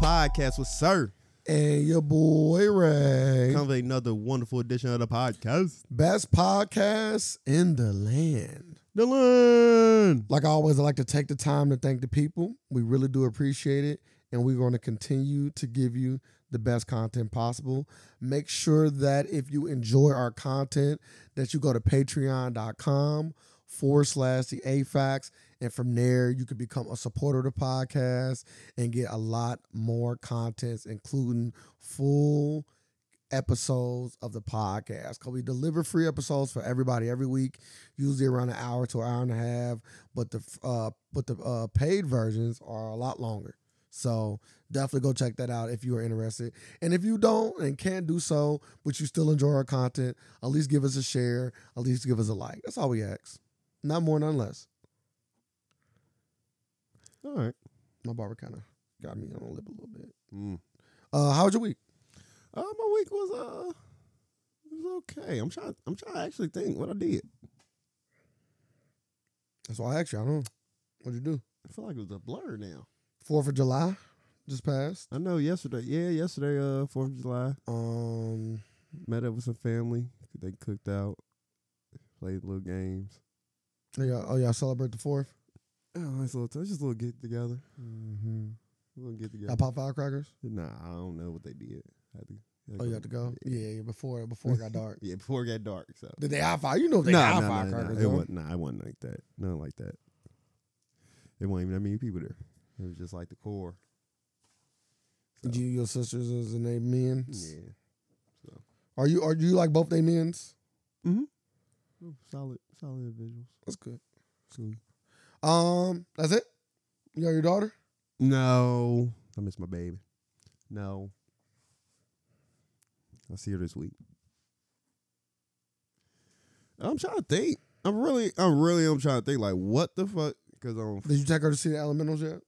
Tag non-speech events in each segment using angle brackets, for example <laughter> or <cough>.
podcast with Sir. And your boy Ray. Come with another wonderful edition of the podcast. Best podcast in the land. Dylan. Like always, I like to take the time to thank the people. We really do appreciate it. And we're going to continue to give you the best content possible. Make sure that if you enjoy our content, that you go to patreon.com forward slash the AFAX. And from there, you can become a supporter of the podcast and get a lot more contents, including full episodes of the podcast. Because we deliver free episodes for everybody every week, usually around an hour to an hour and a half. But the uh, but the uh, paid versions are a lot longer. So definitely go check that out if you are interested. And if you don't and can't do so, but you still enjoy our content, at least give us a share, at least give us a like. That's all we ask. Not more, not less. All right. My barber kind of got me on the lip a little bit. Mm. Uh, how was your week? Uh, my week was uh, it was okay. I'm trying. I'm trying to actually think what I did. That's why I asked you. I don't know. What'd you do? I feel like it was a blur now. Fourth of July just passed. I know yesterday. Yeah, yesterday. Uh, Fourth of July. Um, Met up with some family. They cooked out. Played little games. oh, y'all, oh, y'all celebrate the fourth? Oh, nice little. T- just a little get together. Mm-hmm. A little get Y'all together. pop firecrackers? Nah, I don't know what they did. I had to, I had Oh, you got to go. Yeah, yeah before before it <laughs> got dark. Yeah, before it got dark. So. Did they high fire? You know they No, high no, no, no, firecrackers. It though. wasn't, nah, it wasn't like that. Nothing like that. It wasn't even that many people there. It was just like the core. So, You, your sisters, is and they men. yeah. So. Are you are you like both they men's? Oh, Solid, solid individuals. That's good. So. Um, that's it. You got your daughter. No, I miss my baby. No, I see her this week. I'm trying to think. I'm really, I'm really, I'm trying to think. Like, what the fuck? Because I'm Did you take her to see the Elementals yet?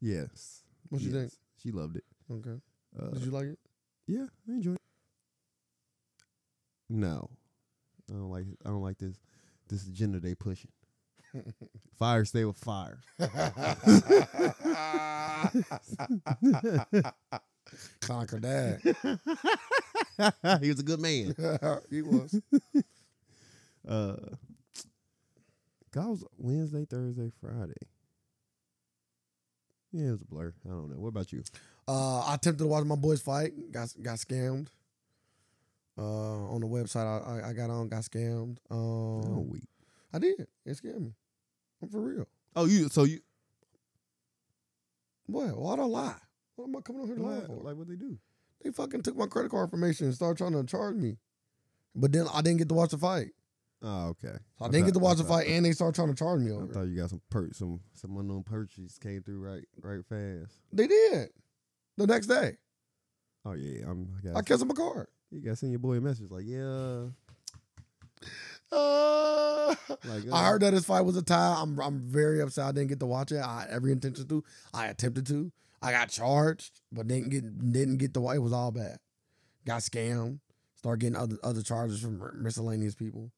yes. What you yes. She loved it. think? Okay. Uh, Did you like it? Yeah, I enjoyed it. No, I don't like. I don't like this. This agenda they pushing. <laughs> fire stay with fire. <laughs> Conquer dad. he was a good man. <laughs> he was. Uh, God was Wednesday, Thursday, Friday. Yeah, it was a blur. I don't know. What about you? Uh, I attempted to watch my boys fight. Got got scammed. Uh, on the website I, I, I got on got scammed. Um, Oh, week. I did. It scammed me. I'm for real. Oh, you. So you. What? Why do I lie? What am I coming on here to lie Like, for? like what they do? They fucking took my credit card information and started trying to charge me. But then I didn't get to watch the fight. Oh, okay. So I, didn't get to thought- watch the thought- fight, and they started trying to charge me I over. it. thought you got some per- some some unknown purchase came through right right fast. They did. The next day, Oh yeah, I'm. I got. I canceled my card. you got to send your boy a message like yeah. <laughs> Uh, Like I heard that his fight was a tie. I'm I'm very upset. I didn't get to watch it. I had every intention to. I attempted to. I got charged, but didn't get didn't get the. It was all bad. Got scammed. Start getting other other charges from miscellaneous people.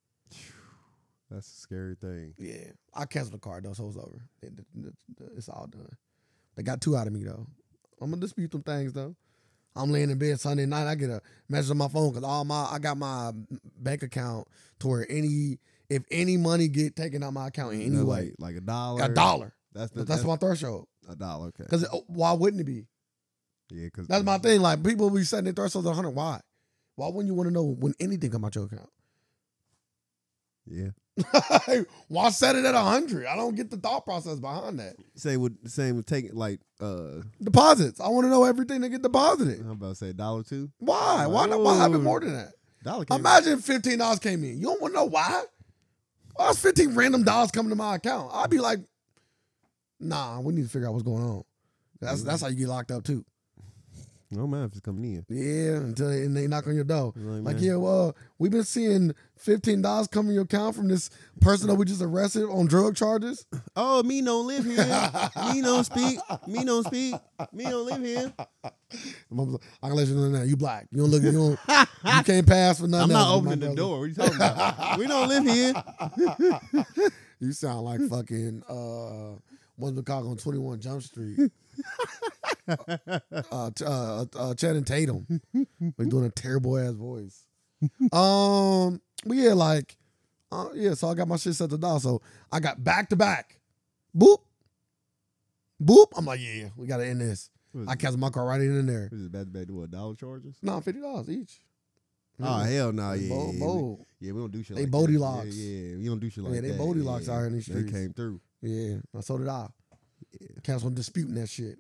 That's a scary thing. Yeah, I canceled the card though, so it's over. It- it- it- it's all done. They got two out of me though. I'm gonna dispute them things though. I'm laying in bed Sunday night. I get a message on my phone because all my I got my bank account to where any if any money get taken out my account in any They're way, like, like a dollar. a dollar. That's the, But that's my threshold. a dollar. Okay. Because why wouldn't it be? Yeah, because That's my thing. Like people be setting their thresholds at 100. Why? Why wouldn't you want to know when anything come out your account? <laughs> Yeah. why set it at 100? I don't get the thought process behind that. Same with same with taking like uh. Deposits. I want to know everything that get deposited. I'm about to say dollar two. Why? Why not? Why have it Ooh. more than that? Dollar. came- Imagine fifteen dollars came in. You don't want to know why? Why is fifteen random dollars coming to my account? I'd be like, Nah, we need to figure out what's going on. That's Yeah. that's how you get locked up too. I don't mind if it's coming in. Yeah, until they, and they knock on your door. It's Like, Like, man, yeah, well, we've been seeing fifteen dollars come in your account from this person that we just arrested on drug charges. <laughs> Oh, me don't live here. me don't speak. Me don't speak. Me don't live <laughs> here. I'm like, I can let you know now. You black. You don't look. You don't. <laughs> You can't pass for nothing. I'm not else, my opening the brother. door. What are you talking about? we don't live <laughs> here. <laughs> You sound like fucking uh one of the cock on 21 Jump Street. uh, t- uh, uh, Channing Tatum. like doing a terrible ass voice. Um, but yeah, like, uh, yeah. So I got my shit set to dial. So I got back to back, boop, boop. I'm like, yeah, we gotta end this. Was, I catch my car right in and there. was it back to back to what dollar charges? <laughs> No, fifty dollars each. Oh hell no, yeah, Bo- yeah, we- bo- yeah, we don't do shit. They like Bodie that. locks. Yeah, yeah, we don't do shit Yeah, like that. they Bodie locks out here in these streets. They came through. Yeah, well, so did I. Yeah. Cats on disputing that shit.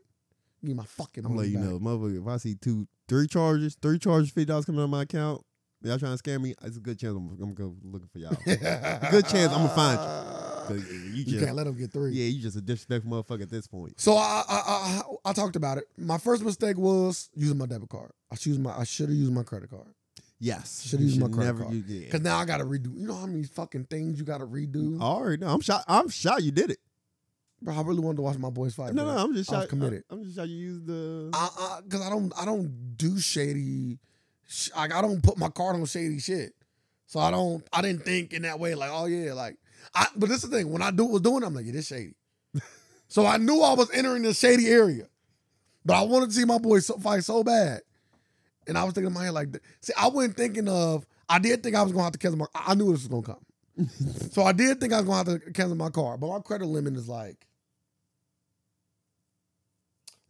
Give me my fucking I'm money letting you back. know, motherfucker. If I see two, three charges, three charges, fifty dollars coming on my account, y'all trying to scam me? It's a good chance I'm, I'm go looking for <laughs> y'all. Good chance I'ma find you. <laughs> 'Cause you You just, can't let them get three. yeah, you just a disrespectful motherfucker at this point. So I, I I I talked about it. My first mistake was using my debit card. I should use my I should have used my credit card. Yes, Should've you used my should credit never. card. You, yeah. Oh. Cause now I gotta redo. You know how many fucking things you gotta redo? I already know. I'm shot. I'm shot. You did it. Bro, I really wanted to watch my boys fight. no, bro. no. I'm just I was shot. committed. I'm just shot. You used the. I, I, cause I don't, I don't do shady. Sh- like I don't put my card on shady shit. So I don't, I didn't think in that way. Like, oh yeah, like I. But this is the thing. When I do was doing, it, I'm like, yeah, this shady. <laughs> so I knew I was entering the shady area, but I wanted to see my boy so, fight so bad, and I was thinking in my head like, th- see, I wasn't thinking of. I did think I was gonna have to cancel my. I I knew this was gonna come. <laughs> so I did think I was gonna have to cancel my card, but my credit limit is like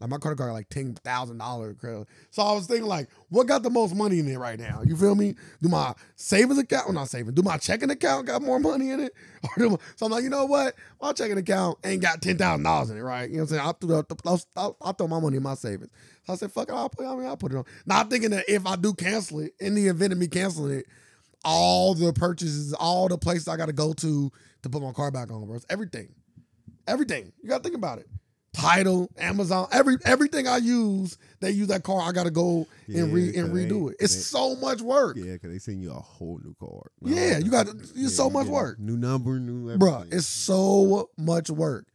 like my credit card like ten thousand dollar credit. So I was thinking like, what got the most money in it right now? You feel me? Do my savings account? Well, not savings. Do my checking account got more money in it? <laughs> Or do my, so I'm like, you know what? My checking account ain't got ten thousand dollars in it, right? You know what I'm saying? I threw the, I, I, I throw my money in my savings. So I said, fuck it, I'll put, I mean, I'll put it on. Not thinking that if I do cancel it, in the event of me canceling it, all the purchases, all the places I got to go to to put my car back on, bro. It's everything, everything. You got to think about it. Title, Amazon, every everything I use, they use that car. I got to go and re Yeah, and 'cause they- redo it. It's they- so much work. Yeah, because they send you a whole new card. Yeah, you got it's Yeah, so you much get a work, New number, new everything. Bruh, It's so much work.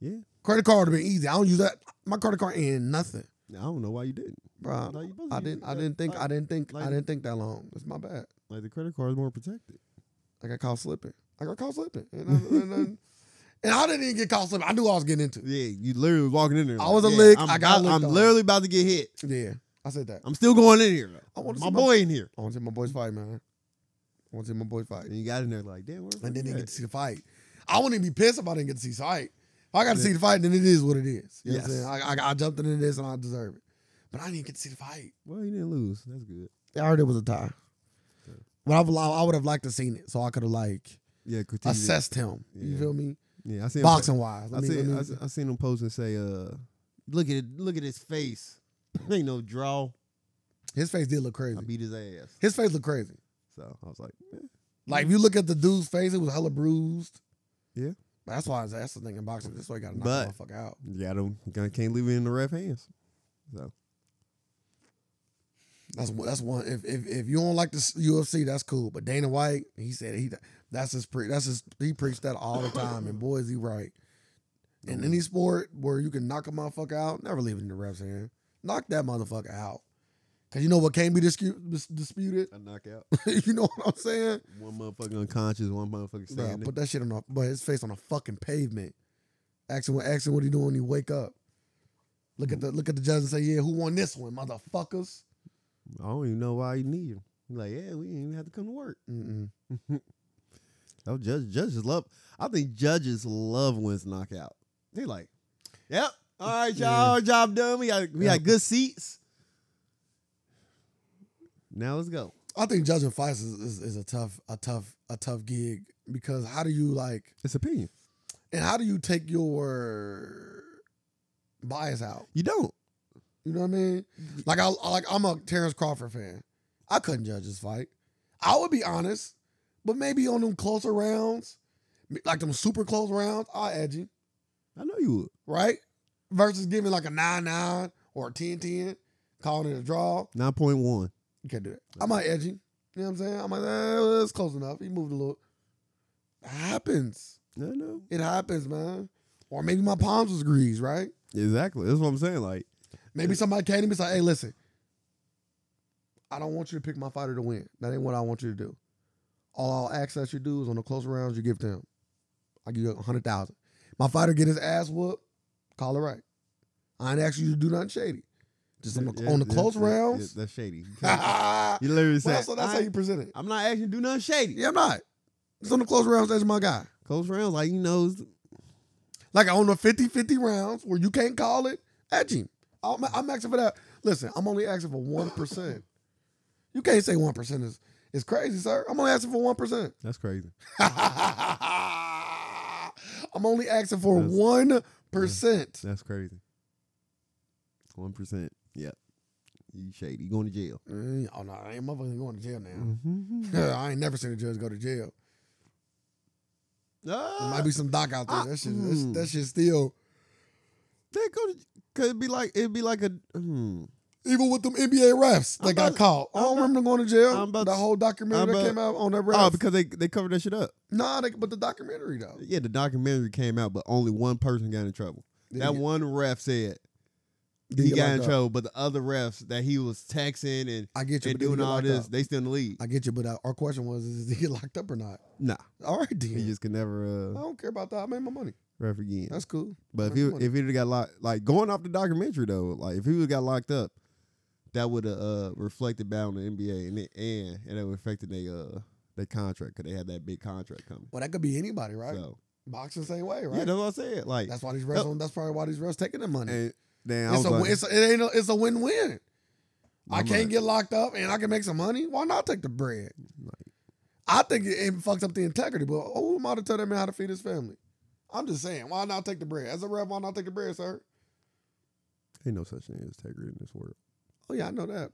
yeah. Credit card would have been easy. I don't use that. My credit card ain't nothing, I don't know why you didn't. Bruh. Like, you supposed to I use didn't. it, I like- didn't think. I like- didn't think. I like- didn't think that long. It's my bad. Like the credit card is more protected. I got caught slipping. I got caught slipping, and I, <laughs> and, I- and I didn't even get caught slipping. I knew what I was getting into. Yeah, you literally was walking in there. I like, was a yeah, lick, I'm I got about- licked I'm on. literally about to get hit. Yeah, I said that. I'm still going in here. I wanna my see my- boy in here. I want to see my boys fight, man. I want to see my boys fight, And you got in there like, damn. Where the fuck and then you they at? get to see the fight. I wouldn't even be pissed if I didn't get to see the fight. If I got to see the fight, then it is what it is. You know Yes. what I'm saying? I, I, I jumped into this and I deserve it, but I didn't even get to see the fight. Well, you didn't lose. That's good. I heard it was a tie. But I would, I would have liked to seen it so I could have like Yeah, continue. to- assessed him. You Yeah. feel me? Yeah, I seen him- Boxing wise, I seen I, seen- I seen him post and say, uh, look at it, look at his face. Ain't no draw. his face did look I crazy. beat his ass. His face looked crazy. So I was like, eh. Like if you look at the dude's face, it was hella bruised. Yeah. But that's why that's the thing in boxing. That's why you gotta knock But- the motherfucker out. you got him. Can't leave it in the ref hands. So That's one. That's one. If if, if you don't like the UFC, that's cool. But Dana White, he said he that's his pre that's his he preached that all the time. And boy, is he right. In any sport where you can knock a motherfucker out, never leave it in the refs hand. Knock that motherfucker out. Cause you know what can't be discu- dis- disputed. <laughs> a knockout. you know what I'm saying? One motherfucker unconscious, one motherfucker Bro, standing. put that shit on a, but his face on a fucking pavement. Asking what asking what he doing when he wake up. Look at the look at the judge and say, yeah, who won this one, motherfuckers? I don't even know why you need him. He Like, yeah, we didn't even have to come to work. Mm-mm. Oh, judge, judges love. I think judges love when it's knockout. They like, yep, all <laughs> right, y'all, job done. We got we Yep. got good seats. Now let's go. I think judging fights is, is, is a tough a tough a tough gig because how do you like It's opinion. and how do you take your bias out? You don't. You know what I mean? Like I I- like I'm a Terrence Crawford fan. I couldn't judge this fight. I would be honest, but maybe on them closer rounds, like them super close rounds, I edge you. I know you would. right? Versus giving like a nine nine or a 10-10, calling it a draw. Nine point one. You can't do that. I might edge him. You know what I'm saying? I'm like, eh, well, that's close enough. He moved a little. It happens. No, no. It happens, man. Or maybe my palms was greased, right? Exactly. That's what I'm saying. Like, Maybe somebody came to me and said, hey, listen, I don't want you to pick my fighter to win. That ain't what I want you to do. All I'll ask that you do is on the close rounds you give to him. I give you a hundred thousand. My fighter get his ass whooped, call it right. I ain't asking you to do nothing shady. Just on the, Yeah, on the yeah, close yeah, yeah, rounds. that's shady. You can't- <laughs> well, you literally said, so that's I how ain't- you present it. I'm not asking you to do nothing shady. Yeah, I'm not. Just on the close rounds, that's my guy. Close rounds, like he knows. Like on the 50 50 rounds where you can't call it, at him. I'm, I'm asking for that. Listen, I'm only asking for 1%. you can't say 1% is, is crazy, sir. I'm only asking for <laughs> 1%. That's crazy. I'm only asking for That's- one percent. That's crazy. One percent. Yep. You shady. You going to jail? Mm, Oh no, I ain't motherfucking going to jail now. Mm-hmm. <laughs> <laughs> I ain't never seen a judge go to jail. There might be some doc out there. Ah, That shit, that's- mm. that shit still. They go to, cause it'd be like it'd be like a. Hmm. Even with them NBA refs I'm that got about- called, I I'm don't about- remember them going to jail. I'm about the to- whole documentary I'm that about- came out on that ref. Oh, because they they covered that shit up. nah, they, but the documentary though. Yeah, the documentary came out, but only one person got in trouble. Did that he- one ref said did he get got in locked up? trouble, but the other refs that he was texting and, I get you. and but did he doing get all locked this, up? they still in the league. I get you. But uh, our question was: Is he <laughs> get locked up or not? Nah, All right, then. he just could never I uh, don't care about that. I made my money. ref again. That's cool. But if That's he funny. if he'd have got locked, like going off the documentary though, like if he would have got locked up, that would have uh, reflected back on the NBA and it, and and it would affected they uh their contract because they had that big contract coming. Well, that could be anybody, right? So Boxing same way, right? yeah, that's what I said. Like that's why these refs. That's probably why these refs taking the money. and then I It's was a, like, win- it's a, it ain't a, it's a win win. I I'm can't like- get locked up and I can make some money. Why not take the bread? Like- I think it, it fucks up the integrity, but who am I to tell that man how to feed his family? I'm just saying, why not take the bread? As a ref, why not take the bread, sir? ain't no such thing as integrity in this world. Oh yeah, I know that.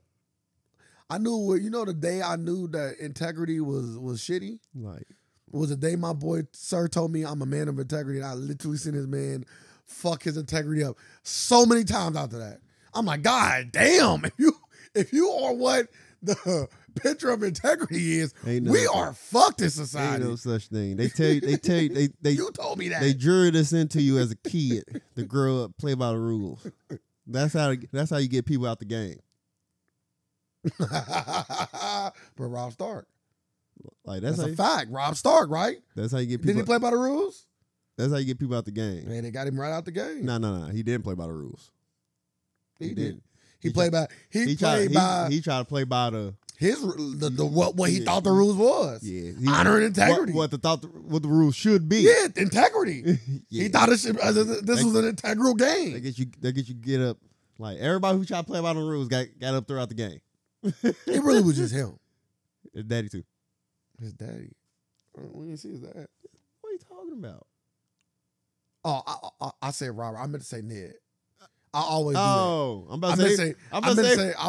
I knew what you know. The day I knew that integrity was was shitty Like was the day my boy Sir told me I'm a man of integrity. And I literally seen his man fuck his integrity up so many times after that. I'm like, God damn! <laughs> If you if you are what the <laughs> picture of integrity is, ain't no we are fucked in ain't society. no such thing. They tell you they tell you they they you told me that. they drew this into you as a kid to grow up play by the rules. That's how that's how you get people out the game. <laughs> but Rob Stark. Like That's, that's, how a you, fact. Rob Stark, right? that's how you get people. Didn't he play by the rules? That's how you get people out the game. Man, they got him right out the game. No, no, no. He didn't play by the rules. he, he did. didn't. not He, He played by he, played tried, by He, he tried to play by the his the, the what what he Yeah. thought the rules was. yeah. He, Honor and what- integrity. What, the thought the, what the rules should be. Yeah, integrity. <laughs> Yeah. He thought it should, uh, th- th- this That- was an integral that game. gets you. That gets you get up. Like everybody who tried to play by the rules got got up throughout the game. It really <laughs> was just him. And Daddy too. His daddy. Uh, We didn't see his dad. What are you talking about? Oh, I, I, I said Robert. I meant to say Ned. I always Oh, I'm do that. about I to meant to say. say. I'm I about meant to to say. say. I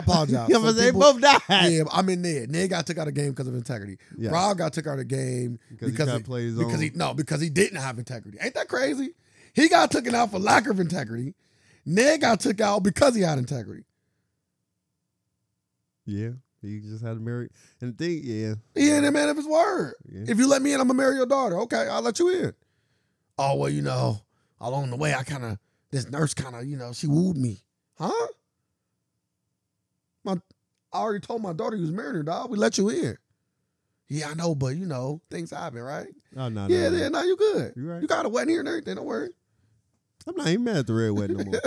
<laughs> I'm about apologize. Some to say people- both died. Yeah, but I mean Ned. Ned got took out of the game because of integrity. Yeah, Rob got took out of the game because, he because tried he- to play his because own. he no because he didn't have integrity. Ain't that crazy? He got taken out for lack of integrity. Ned got took out because he had integrity. yeah, he just had to marry. And the thing, yeah, He ain't a man of his word. yeah. If you let me in, I'm gonna marry your daughter. Okay, I'll let you in. Oh well, you know, along the way, I kind of this nurse kind of you know she wooed me, huh? My, I already told my daughter you was marrying her, dog. We let you in. Yeah, I know, but you know things happen, right? oh no, no, yeah, no. then now you good. You right. You got a wedding here and everything. Don't worry, I'm not even mad at the red wedding no <laughs> more.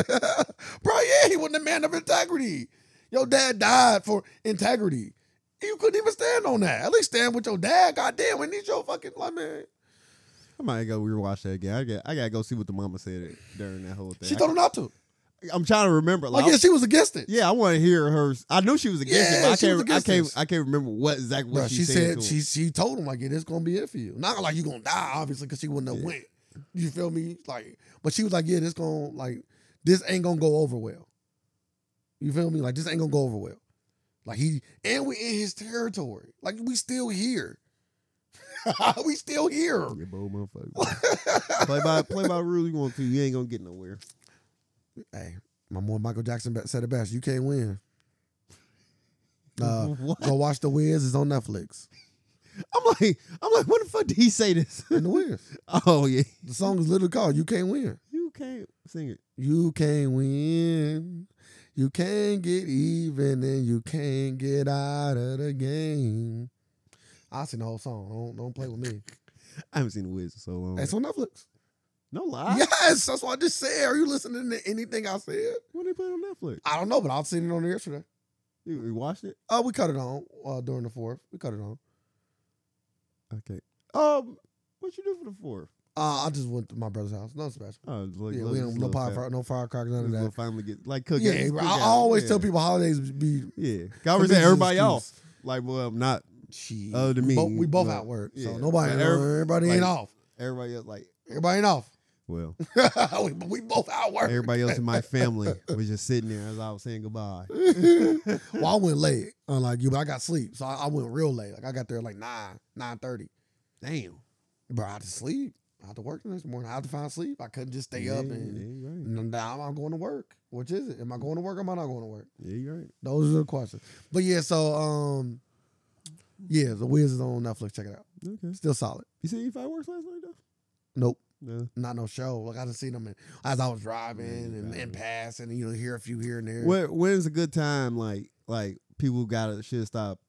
bro. Yeah, he wasn't a man of integrity. Your dad died for integrity. You couldn't even stand on that. At least stand with your dad. Goddamn, when he's your fucking like man. I might go rewatch that again. I got I gotta go see what the mama said during that whole thing. She told him not to. I, am trying to remember. Like, Like, yeah, she was against it. yeah, I want to hear her. I knew she was against Yeah, it, but I she was can't. I against can't. this. I can't remember what exactly what Bruh, she, she, said. said to she she told him like yeah, this gonna be it for you. Not like you gonna die, obviously, because she wouldn't have Yeah. went. You feel me? Like, but she was like, yeah, this gonna like this ain't gonna go over well. You feel me? Like this ain't gonna go over well. Like he and we in him. his territory. Like we still here. <laughs> we still here. <laughs> him. You bold motherfucker. play by play by the rules you want to. You ain't gonna get nowhere. hey, my boy Michael Jackson be- said it best. You can't win. <laughs> Uh, what? go watch the Wiz. It's on Netflix. I'm like, I'm like, what the fuck did he say this? <laughs> And the Wiz. oh yeah, The song is literally called "You Can't Win." you can't sing it. You can't win. You can't get even, and you can't get out of the game. I seen the whole song. Don't don't play with me. I haven't seen the Wiz in so long. It's on Netflix. No lie. yes, that's what I just said. Are you listening to anything I said? When they put it on Netflix, I don't know, but I've seen it on there yesterday. you, you watched it? Uh, we cut it on uh, during the fourth. We cut it on. Okay. Um, what you do for the fourth? Uh, I just went to my brother's house. Nothing special. Oh, it's like yeah, little- we don't just no little fam- fire, no firecrackers, just none of little that. family get like cooking. Yeah, bro, I, I always tell people holidays be. Yeah, for I me, always it's an tell everybody excuse. off. Like, well, I'm not Shit. Other than me, we both, we both but- out work, so yeah. nobody, But every- everybody ain't like- off. everybody else. Like, Everybody ain't off. <laughs> well, we, we both out work. everybody else in my family was just sitting there as I was saying <laughs> goodbye. well, I went late, unlike you, but I got sleep, so I, I went real late. Like I got there like nine, nine thirty. Damn. But I had to sleep. I had to work the next morning. I had to find sleep. I couldn't just stay up Yeah, and yeah, you right. and now I'm going to work. Which is it? Am I going to work? Or am I not going to work? Yeah, you right. Those are the questions. But yeah, so um, yeah, The Wiz is on Netflix. Check it out. Okay. Still solid. You see fireworks last night though? Nope. No. not no show. Like I just seen them in, as I was driving Yeah, and, yeah. and passing, and you know, hear a few here and there. When, when's a good time? Like, like people gotta should stop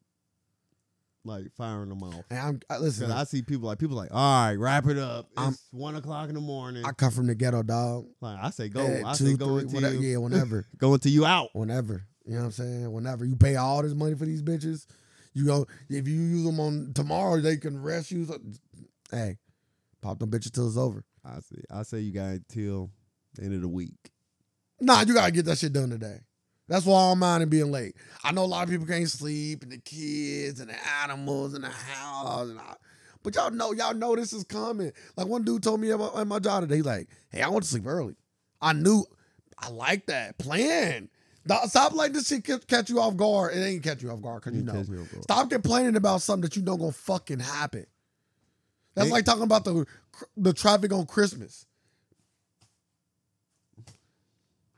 like firing them off. And I'm I, 'Cause listen. I I, see people like people like, all right, wrap it up. It's I'm- one o'clock in the morning. come from the ghetto, dog. like I say go. At I say go three, until whatever- you, <laughs> yeah, whenever, go until you out. whenever. You know what I'm saying? Whenever you pay all this money for these bitches, you go. If you use them on tomorrow, they can rest you. So- Hey, pop them bitches till it's over. I say I say you got until the end of the week. Nah, you gotta get that shit done today. That's why I don't mind it being late. I know a lot of people can't sleep, and the kids, and the animals, and the house, and I, but y'all know, y'all know this is coming. Like one dude told me at my, at my job today, he like, "Hey, I went to sleep early. I knew, I like that plan. Don't- Stop letting this shit ca- catch you off guard. It ain't catch you off guard because you It know. catch me off guard. Stop complaining about something that you know gonna fucking happen. That's Hey. like talking about the the traffic on Christmas.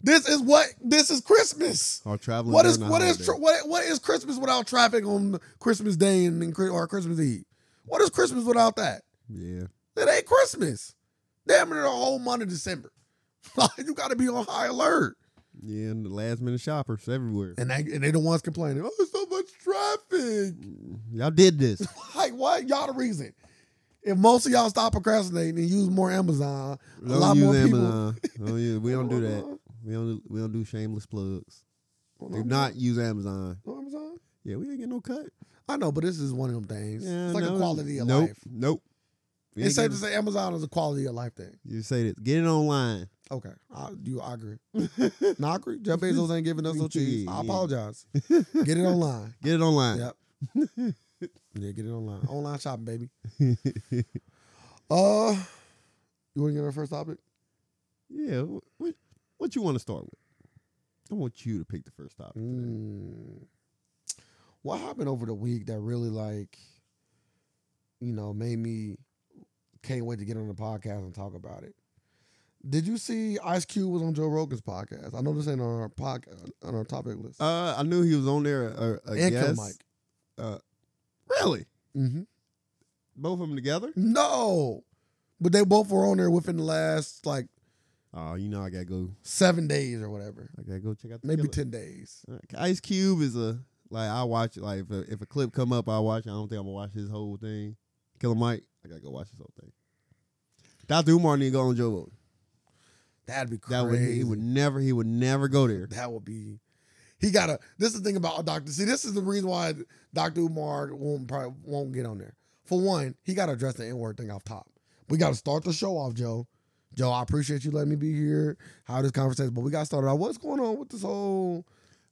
This is what this is Christmas. Or traveling. What is during the what is holiday. tr- what what is Christmas without traffic on Christmas Day and, and Chri- or Christmas Eve? What is Christmas without that? Yeah. It ain't Christmas. Damn near the whole month of December. <laughs> you got to be on high alert. Yeah, and the last minute shoppers everywhere. And they and they the ones complaining. Oh, so much traffic. Y'all did <laughs> this. Like what? Y'all the reason. If most of y'all stop procrastinating and use more Amazon, a Don't lot use more Amazon. Don't use- we don't do <laughs> that. We don't. We don't do shameless plugs. people Do not use Amazon. No Amazon. Yeah, we ain't get no cut. I know, but this is one of them things. Yeah, it's like no, a quality of nope, life. Nope. We It's ain't safe to getting- say Amazon is a quality of life thing. you say this. Get it online. Okay, I, you <laughs> I agree. no, I agree. Jeff Bezos ain't giving us no cheese. Yeah, I yeah. <laughs> apologize. Get it online. Get it online. <laughs> Yep. yeah, get it online. Online shopping, baby. <laughs> Uh, you want to get our first topic? Yeah. wh- What, what you want to start with? I want you to pick the first topic. today. Mm. What happened over the week that really like, you know, made me can't wait to get on the podcast and talk about it? Did you see Ice Cube was on Joe Rogan's podcast? I know this ain't on our podcast on our topic list. Uh, I knew he was on there. Uh, I and Kill guess. Mike. Really? hmm Both of them together? No, but they both were on there within the last like Oh, you know I gotta go. seven days or whatever, I gotta go check out. The maybe killer. ten days. Uh, Ice Cube is a like I watch it, like if a, if a clip come up I watch it. I don't think I'm gonna watch his whole thing. Killer Mike, I gotta go watch his whole thing. Dr. Umar need to go on Joe Rogan. That'd be crazy. That would he would never he would never go there. that would be. He gotta. This is the thing about Doctor. See, this is the reason why Doctor Umar won't probably won't get on there. For one, he gotta address the N word thing off top. We gotta start the show off, Joe. Joe, I appreciate you letting me be here. How this conversation, but we got started out. What's going on with this whole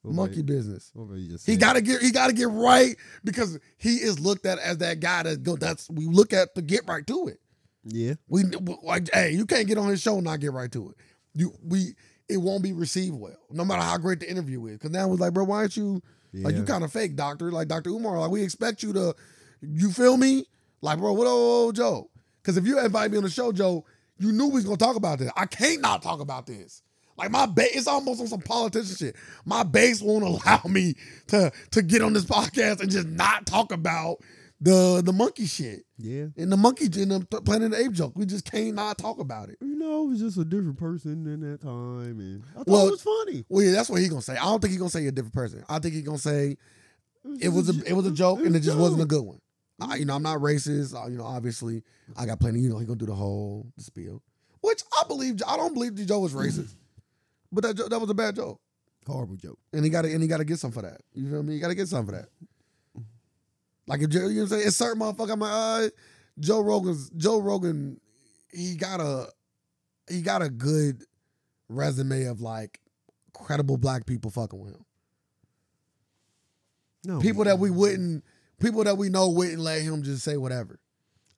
What about monkey you- business? what about you just He said? gotta get he gotta get right because he is looked at as that guy that go. That's we look at to get right to it. Yeah. We like, hey, you can't get on his show and not get right to it. You we it won't be received well, no matter how great the interview is. Cause now it's like, bro, why aren't you yeah. like Oh, you kind of fake, doctor? Like Dr. Umar, like we expect you to, you feel me? Like, bro, what old Joe? Cause if you invite me on the show, Joe, you knew we was gonna talk about this. I can't not talk about this. Like my base, it's almost on some politician shit. My base won't <laughs> allow me to to get on this podcast and just not talk about the the monkey shit yeah. in the monkey in the P- Planet of the Ape joke. We just can't not talk about it. You know, it was just a different person in that time and I thought Well, it was funny. Well, yeah, that's what he gonna say. I don't think he gonna say a different person. I think he gonna say it just was a jo- it was a joke and it just wasn't a joke. good one. I, you know, I'm not racist. I, you know, obviously, I got plenty. You know, he gonna do the whole spiel. Which I believe. I don't believe Joe was racist, but that jo- that was a bad joke, Horrible joke. and he got to and he got to get something for that. You feel me? You got to get something for that. Like if Joe, you know what I'm saying? It's certain motherfucker. I'm like, uh, Joe Rogan's Joe Rogan. He got a he got a good resume of like credible black people fucking with him. No. People that we wouldn't, people that we know wouldn't let him just say whatever.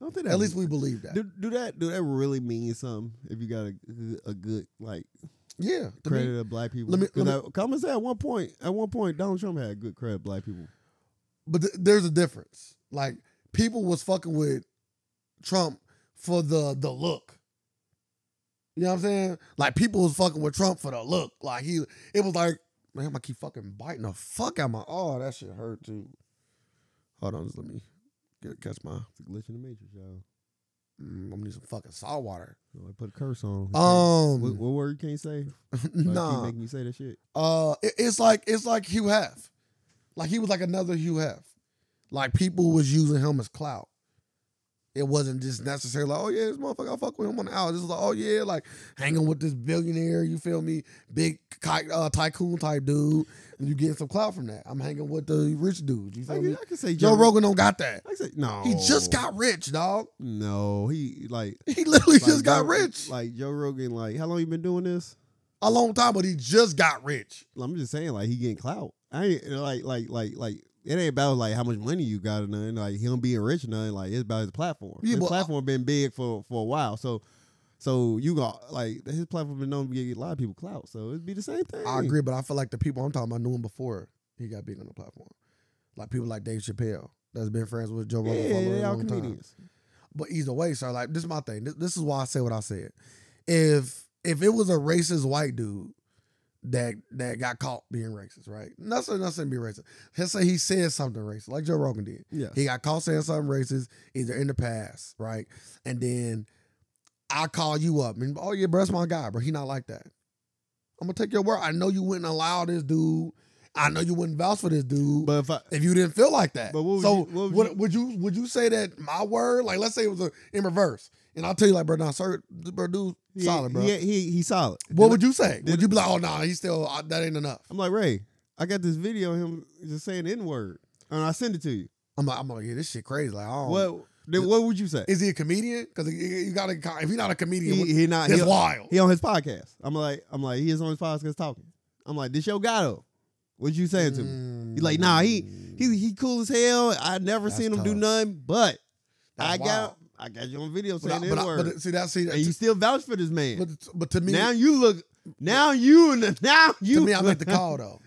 I don't think that At least we believe that. do, do that do that really mean something if you got a, a good like yeah. to me- credit of black people? let me- 'Cause let I- come and say at one point at one point Donald Trump had good credit of black people. but th- there's a difference. Like people was fucking with Trump for the the look. You know what I'm saying? Like people was fucking with Trump for the look. Like he, it was like, man, I keep fucking biting the fuck out my. Oh, that shit hurt too. Hold on, just let me get catch my. It's a glitch in the matrix, y'all. Mm, I'm gonna need some fucking salt water. So I put a curse on. him. what, <laughs> Um, what word you can't say? Why you keep nah. making me say that shit. Uh, it- it's like it's like Hugh Hef. Like he was like another Hugh Hef. Like people was using him as clout. It wasn't just necessarily like, oh yeah, this motherfucker, I fuck with him on the hour. This is like, oh yeah, like hanging with this billionaire, you feel me, big ki- uh, tycoon type dude, and you getting some clout from that. I'm hanging with the rich dude. You I feel can, me? I can say Joe Johnny- Rogan don't got that. I can say no. He just got rich, dog. no. He like <laughs> He literally like just got Joe- rich Like Joe Rogan. Like how long you been doing this? a long time, but he just got rich. I'm just saying, like he getting clout. I ain't like like like like it ain't about like how much money you got or nothing. Like him being rich or nothing. Like it's about his platform. Yeah, his but I- platform been big for for a while. So so you got like his platform been known to get a lot of people clout. So it'd be the same thing. I agree, but I feel like the people I'm talking about knew him before he got big on the platform. Like people like Dave Chappelle that's been friends with Joe Yeah, Rogan for a yeah, long, they all long time. comedians. But either way, sir, like this is my thing. This, this is why I say what I said. If if it was a racist white dude that that got caught being racist, right? Nothing, nothing be racist. Let's say he said something racist, like Joe Rogan did. Yeah. He got caught saying something racist either in the past, right? And then I call you up and oh yeah, bro, that's my guy, bro. He not like that. I'm gonna take your word. I know you wouldn't allow this dude. I know you wouldn't vouch for this dude But if I if you didn't feel like that. But what would so you- what would would, you- would you would you say that my word? Like let's say it was a, in reverse, and I'll tell you like, bro, nah, sir, bro, dude, he, solid, bro. He, he he solid. what would you say? did- would you be like, oh nah, he's still uh, that ain't enough? I'm like Ray. I got this video of him just saying N word, and I send it to you. I'm like, I'm like, yeah, this shit crazy. Like, I don't. what then? What would you say? Is he a comedian? Because you gotta, if he's not a comedian, He, he not. that's he- wild. He on his podcast. I'm like, I'm like, he is on his podcast talking. I'm like, this your gato. What you saying to me? Mm. He like, nah, He he cool as hell. I never That's seen him do tough. nothing, but That's I wild. got I got you on video But, saying I- that but, I- word. but see that see that. and you still vouch for this man. but, but to me, now you look. Now you <laughs> now you. to me, I <laughs> make the call though.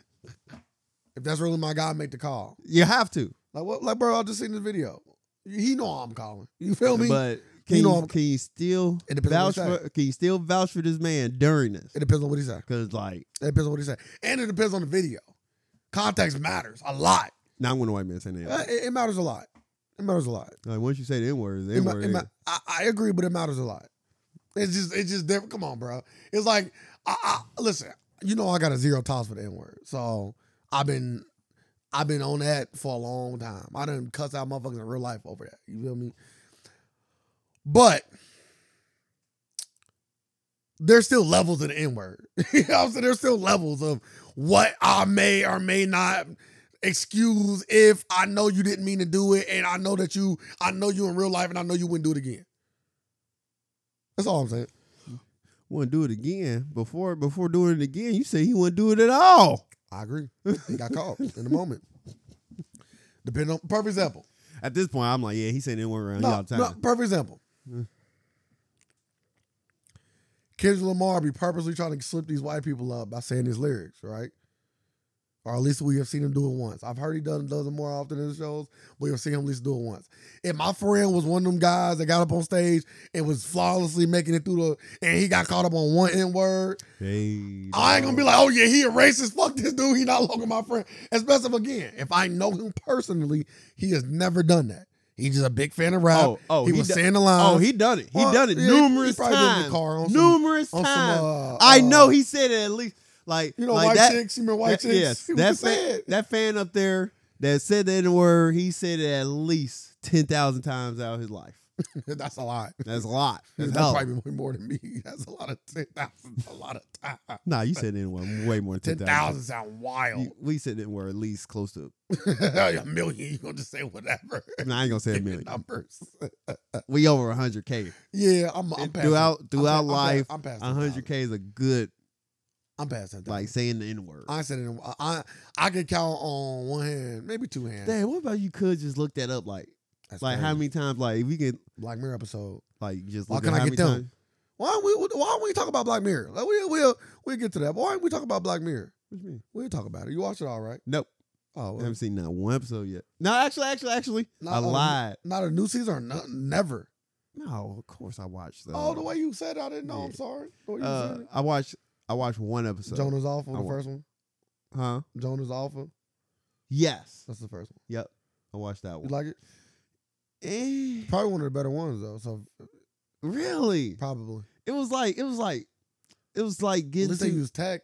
If that's really my guy, I make the call. You have to. Like what? Like bro, I just seen the video. He know I'm calling. You feel me? but can you, know I'm- can you still It depends on vouch what you say. for? Can you still vouch for this man during this? it depends on what he say. Because like, It depends on what he say, and it depends on the video. Context matters a lot. now I'm going to white man saying Uh, that. It, it matters a lot. It matters a lot. Like once you say the n word, the It n ma- word. it ma- I, I agree, but it matters a lot. It's just it's just different. Come on, bro. It's like I, I listen. You know I got a zero tolerance for the N word, so I've been I've been on that for a long time. I done cuss out motherfuckers in real life over that. You feel me? But there's still levels in the N word. <laughs> you know what I'm saying? There's still levels of what I may or may not excuse if I know you didn't mean to do it and I know that you I know you in real life and I know you wouldn't do it again. That's all I'm saying. want to do it again before before doing it again you say he wouldn't do it at all I <laughs> agree. He got caught in the moment. Depending on perfect example. at this point i'm like yeah he said it went around No, all the no, time perfect example. Yeah. Kendrick Lamar be purposely trying to slip these white people up by saying his lyrics, right? Or at least we have seen him do it once. I've heard he done does it more often in the shows, but we've seen him at least do it once. If my friend was one of them guys that got up on stage and was flawlessly making it through the, and he got caught up on one N word, Hey, I ain't gonna be like, oh yeah, he a racist. Fuck this dude. He not longer my friend. Especially if, again, if I know him personally, he has never done that. He's just a big fan of rap. oh oh he, he, was do- saying the line. oh he done it he Well, done it yeah, he- he numerous probably did it in the times car on some- numerous on some, times uh, i uh, know he said it at least like you know, like white that, chicks. You remember white that- chicks? yes He was that saying. <laughs> fan, that fan up there that said that word he said it at least 10,000 times out of his life That's a lot. That's a <laughs> lot. That's, That's hell. probably more than me. <laughs> That's a lot of ten thousand. A lot of time. Nah, you said in one way more than Ten 10,000. thousand sound wild. <laughs> You- We said in were at least close to, a million. You gonna just say whatever nah, I ain't going to say a Give me million. <laughs> numbers. We over 100K. Yeah, I'm. I'm And past Throughout I'm throughout pa- I'm pa- life, I'm past 100K is a good, I'm past that. like, saying the N word. I said it. I, I I could count on one hand, maybe two hands. Damn, what about you could just look that up? Like, That's like how crazy. many times, like, we can, Black Mirror episode? like, just Why look can at I how many get them? times- Why don't we Why don't we talk about Black Mirror? Like, we we'll we'll get to that. But why don't we talk about Black Mirror? What you mean? We'll talk about it. You watch it all right? Nope. Oh, I well, haven't seen not one episode yet. No, actually, actually, actually, Not I all of them. lied. not a new season or no, never. No, of course I watched. oh, the way you said it, I didn't know. I'm yeah. sorry. The way you Uh, said it. I watched. I watched one episode. Jonah's Alpha, I the wa- first one. Huh? Jonah's Alpha. Yes. That's the first one. Yep. I watched that You one. like it? Eh, Probably one of the better ones though. So really? probably. It was like. It was like. It was like At getting. least they To, use tech.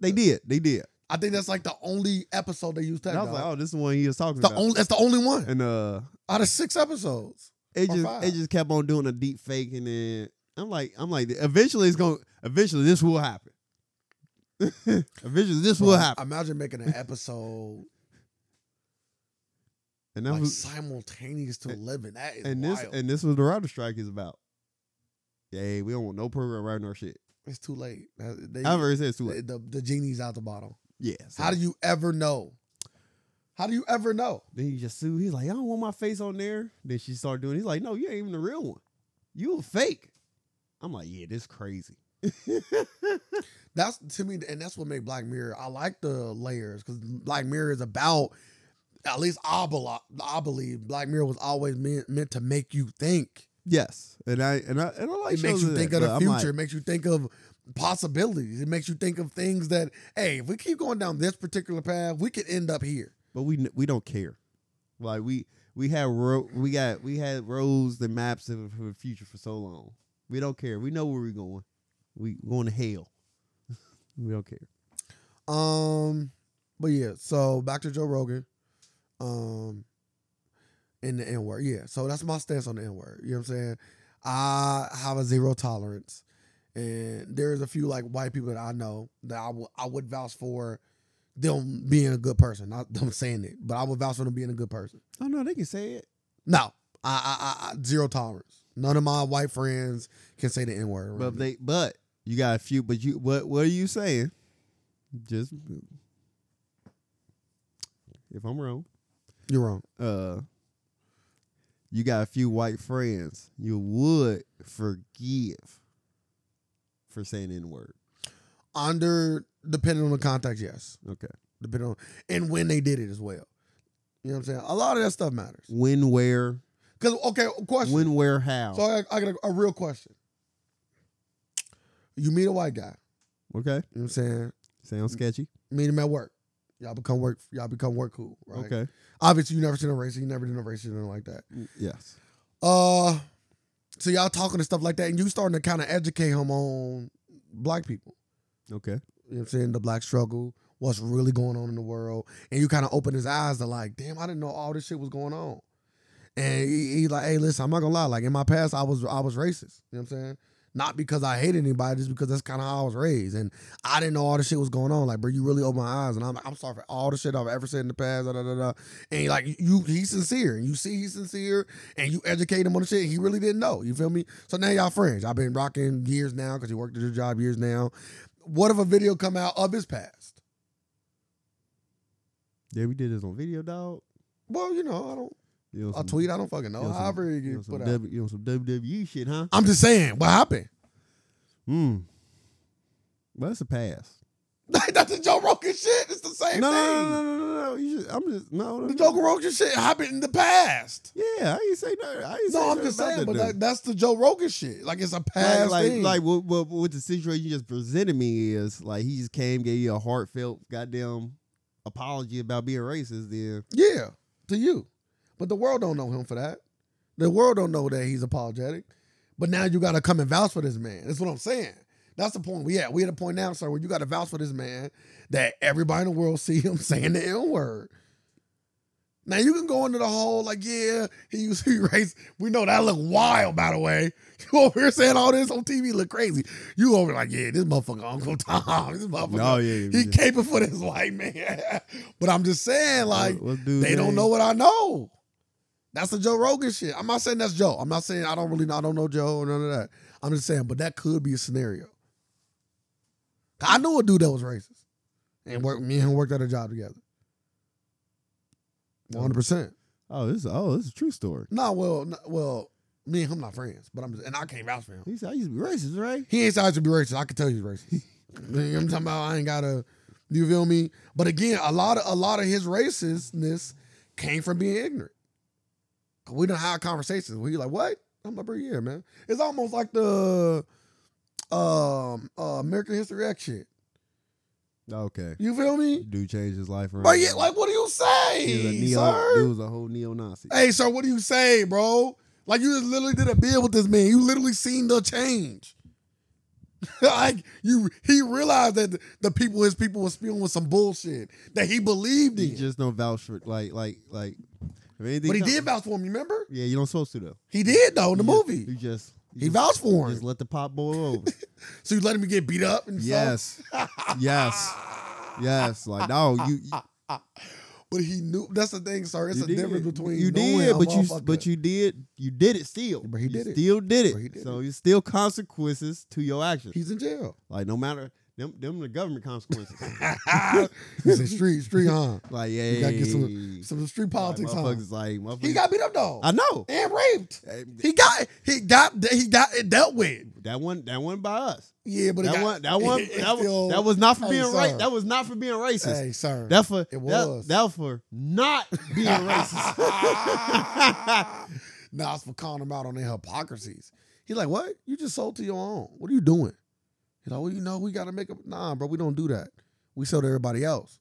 they did. They did. I think that's like the only episode they use tech. And I was dog. like, oh, this is the one he was talking the about. only. That's the only one. and uh, out of six episodes. it Or just five. it just kept on doing a deep fake, and then I'm like, I'm like, eventually it's going. to Eventually, this will happen. <laughs> eventually, this will Bro, happen. Imagine making an episode And <laughs> that like was simultaneous to and- eleven. That is and this wild. and this was the writer strike is about. Hey, we don't want no program writing our shit. it's too late. That- They, I've already said it's too late. the, the the genie's out the bottle. Yeah. so- How do you ever know? How do you ever know? then he just sued. He's like, I don't want my face on there. Then she started doing. He's like, No, you ain't even the real one. You a fake. I'm like, Yeah, this crazy. That's to me, and that's what made Black Mirror. I like the layers because Black Mirror is about. At least I believe, I believe Black Mirror was always meant, meant to make you think. Yes, and I and I and I like it makes shows you like think that, of but the I'm future. like, it makes you think of possibilities. It makes you think of things that, hey, if we keep going down this particular path, we could end up here. but we we don't care. Like we we had ro- we got we had roads and maps of of the future for so long. We don't care. We know where we're going. We going to hell. <laughs> we don't care. Um, but yeah, so back to Joe Rogan. Um, in the N word, yeah. So that's my stance on the N word. You know what I'm saying? I have a zero tolerance, and there's a few like white people that I know that I would I would vouch for them being a good person. Not them saying it, but I would vouch for them being a good person. Oh no, they can say it. No, I, I, I, I zero tolerance. None of my white friends can say the N word. But they but you got a few but you what what are you saying? Just if I'm wrong, You're wrong. uh you got a few white friends you would forgive for saying N word. Under depending on the context, yes. Okay. Depending on and when they did it as well. You know what I'm saying? A lot of that stuff matters. When, where, Cause okay, question. when, where, how. so I, I got a, a real question. You meet a white guy. Okay. You know what I'm saying? Sounds sketchy. Meet him at work. Y'all become work. Y'all become work cool, right? Okay. Obviously, you never seen a racist. You never did a racist or nothing like that. Yes. Uh, so y'all talking and stuff like that, and you starting to kind of educate him on black people. Okay. You know what I'm saying? The black struggle, what's really going on in the world, and you kind of open his eyes to like, damn, I didn't know all this shit was going on. And he, he like, hey, listen, I'm not gonna lie. Like in my past, I was I was racist. You know what I'm saying? Not because I hate anybody, just because that's kind of how I was raised, and I didn't know all this shit was going on. Like, bro, you really opened my eyes, and I'm like, I'm sorry for all the shit I've ever said in the past. Da, da, da, da. And like, you, he's sincere, and you see he's sincere, and you educate him on the shit he really didn't know. You feel me? So now y'all friends. I've been rocking years now because he worked at his job years now. What if a video come out of his past? Yeah, we did this on video, dog. Well, you know, I don't. You know, I tweet. I don't fucking you know. know, some- However it you know, gets some put out. W- you know, some WWE shit, huh? I'm just saying, what happened? <laughs> Hmm. Well, that's a pass. That's the Joe Rogan shit. It's the same No, thing. no, no, no, no, no, no. You should, I'm just no. no The no. Joe Rogan shit happened in the past. Yeah, I ain't say nothing. I ain't say No, I'm nothing just about saying, that but dude. that, that's the Joe Rogan shit. Like it's a past like, like, thing. like what, what, what the situation you just presented me is like he just came, gave you a heartfelt goddamn apology about being racist. Then yeah, to you. But the world don't know him for that. The world don't know that he's apologetic. But now you gotta come and vouch for this man. That's what I'm saying. That's the point we at. We at a point now, sir, where you gotta <laughs> vouch for this man that everybody in the world see him saying the N word. Now you can go into the whole like, yeah, he used <laughs> to race. We know that look wild, by the way. <laughs> You over here saying all this on TV look crazy. You over like, yeah, this motherfucker Uncle <laughs> Tom. This motherfucker. No, Oh, yeah, he yeah. caping for this white man. <laughs> but I'm just saying, like, What- what dude they don't name? know what I know. That's the Joe Rogan shit. I'm not saying that's Joe. I'm not saying I don't really know, I don't know Joe or none of that. I'm just saying, but that could be a scenario. I knew a dude that was racist, and work, me and him worked at a job together. One hundred percent. Oh, this oh, this is a true story. No, well, no, well, me and him not friends, but I'm just, and I can't vouch for him. He said I used to be racist, right? He ain't supposed to be racist. I can tell he's racist. <laughs> You know what I'm talking about I ain't gotta. You feel me? But again, a lot of a lot of his racistness came from being ignorant. 'Cause We done had conversations. We like what? I'm like, bro, yeah, man. It's almost like the um uh, American History X shit. Okay. You feel me? Dude changed his life around. But yeah, like, what do you he was a say, neo, sir? dude was a whole neo Nazi. Hey, sir, what do you say, bro? Like you just literally did a bid with this man. You literally seen the change. <laughs> like you, he realized that the, the people, his people, was spewing with some bullshit that he believed You in. just don't vouch for like like like if anything. but he come- did vouch for him. You remember? Yeah, you don't supposed to though. He did though in the You just- movie. You just you He just- vouched for Just him. let the pop boil over. <laughs> So you let him get beat up. And stuff? Ah, yes. Yes. Yes. Like no, you <laughs> you- But he knew. That's the thing, sir. It's you a did. difference between you knowing did, a but you motherfucker. but you did you did it still. But he You did it. Still did it. But he did so it's still consequences to your actions. He's <laughs> in jail. like no matter them them the government <laughs> consequences. He's in street, street, huh? like You yeah, gotta get some some street politics, huh? Like, motherfuckers, like motherfuckers. He got beat up though. I know. and raped. Eh, He got he got he got it dealt with. That one that one by us. Yeah, but it that got- one, that <laughs> one, it that, still- was, that was not for Hey, being sir. right. That was not for being racist. Hey, sir. that for it that- was. That, for not being <laughs> racist. nah, it's for calling him out on their hypocrisies. He's like, "What? You just sold to your own? What are you doing?" He's like, "Well, you know, we got to make a nah, bro. We don't do that. We sell to everybody else.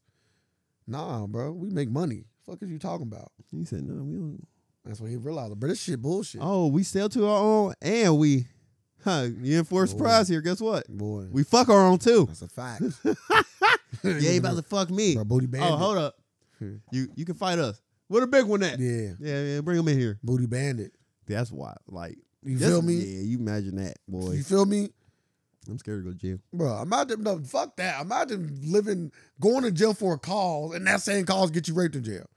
Nah, bro. We make money. Fuck is you talking about?" <laughs> he said, "No, we don't. That's what he realized. Bro, this shit bullshit. Oh, we sell to our own, and we, huh? You enforce Oh. price here. Guess what? boy, We fuck our own too. that's <laughs> a fact. <laughs> You ain't about to fuck me. Bro, booty bandit. Oh, hold up. Hmm. You you can fight us. Where the big one at? Yeah, yeah, yeah. bring him in here. booty bandit. That's why. Like, You that's- feel me? Yeah, you imagine that, You boy. feel me? I'm scared to go to jail. Bro, imagine no, fuck that. Imagine living, going to jail for a cause, and that same cause get you raped in jail. <laughs>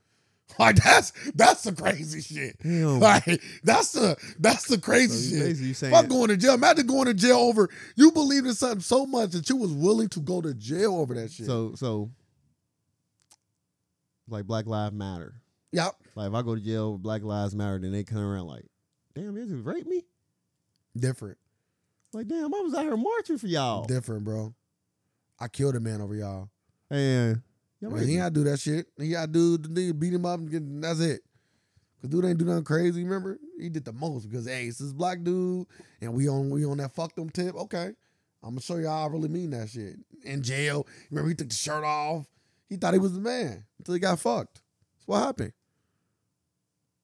Like that's that's the crazy shit. <laughs> Damn. Like that's the that's the Oh. So crazy you shit. basically saying Fuck going to jail. Imagine going to jail over you believed in something so much that you was willing to go to jail over that shit. So so like Black Lives Matter. yep. Like if I go to jail with Black Lives Matter, then they come around like, damn, this is rape me? Different. Like, damn, I was out here marching for y'all. Different, bro. I killed a man over y'all. And y'all Man, raped he me. gotta do that shit. He gotta do the nigga beat him up and get, that's it. Cause dude ain't do nothing crazy. Remember, he did the most because hey, it's this black dude, and we on we on that fuck them tip. Okay, I'm gonna show y'all I really mean that shit. In jail, remember he took the shirt off. He thought he was the man until he got fucked. That's what happened.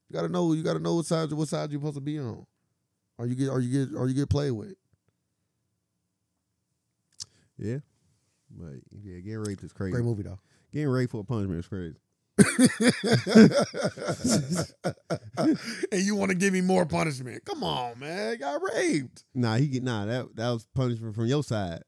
You gotta know. You gotta know what side what side you supposed to be on, or you get or you get or you get played with. Yeah. But yeah, getting raped is crazy. Great movie though. Getting raped for a punishment is crazy. and you want to give me more punishment? Come on, man. I got raped. Nah, he get nah, that that was punishment from your side.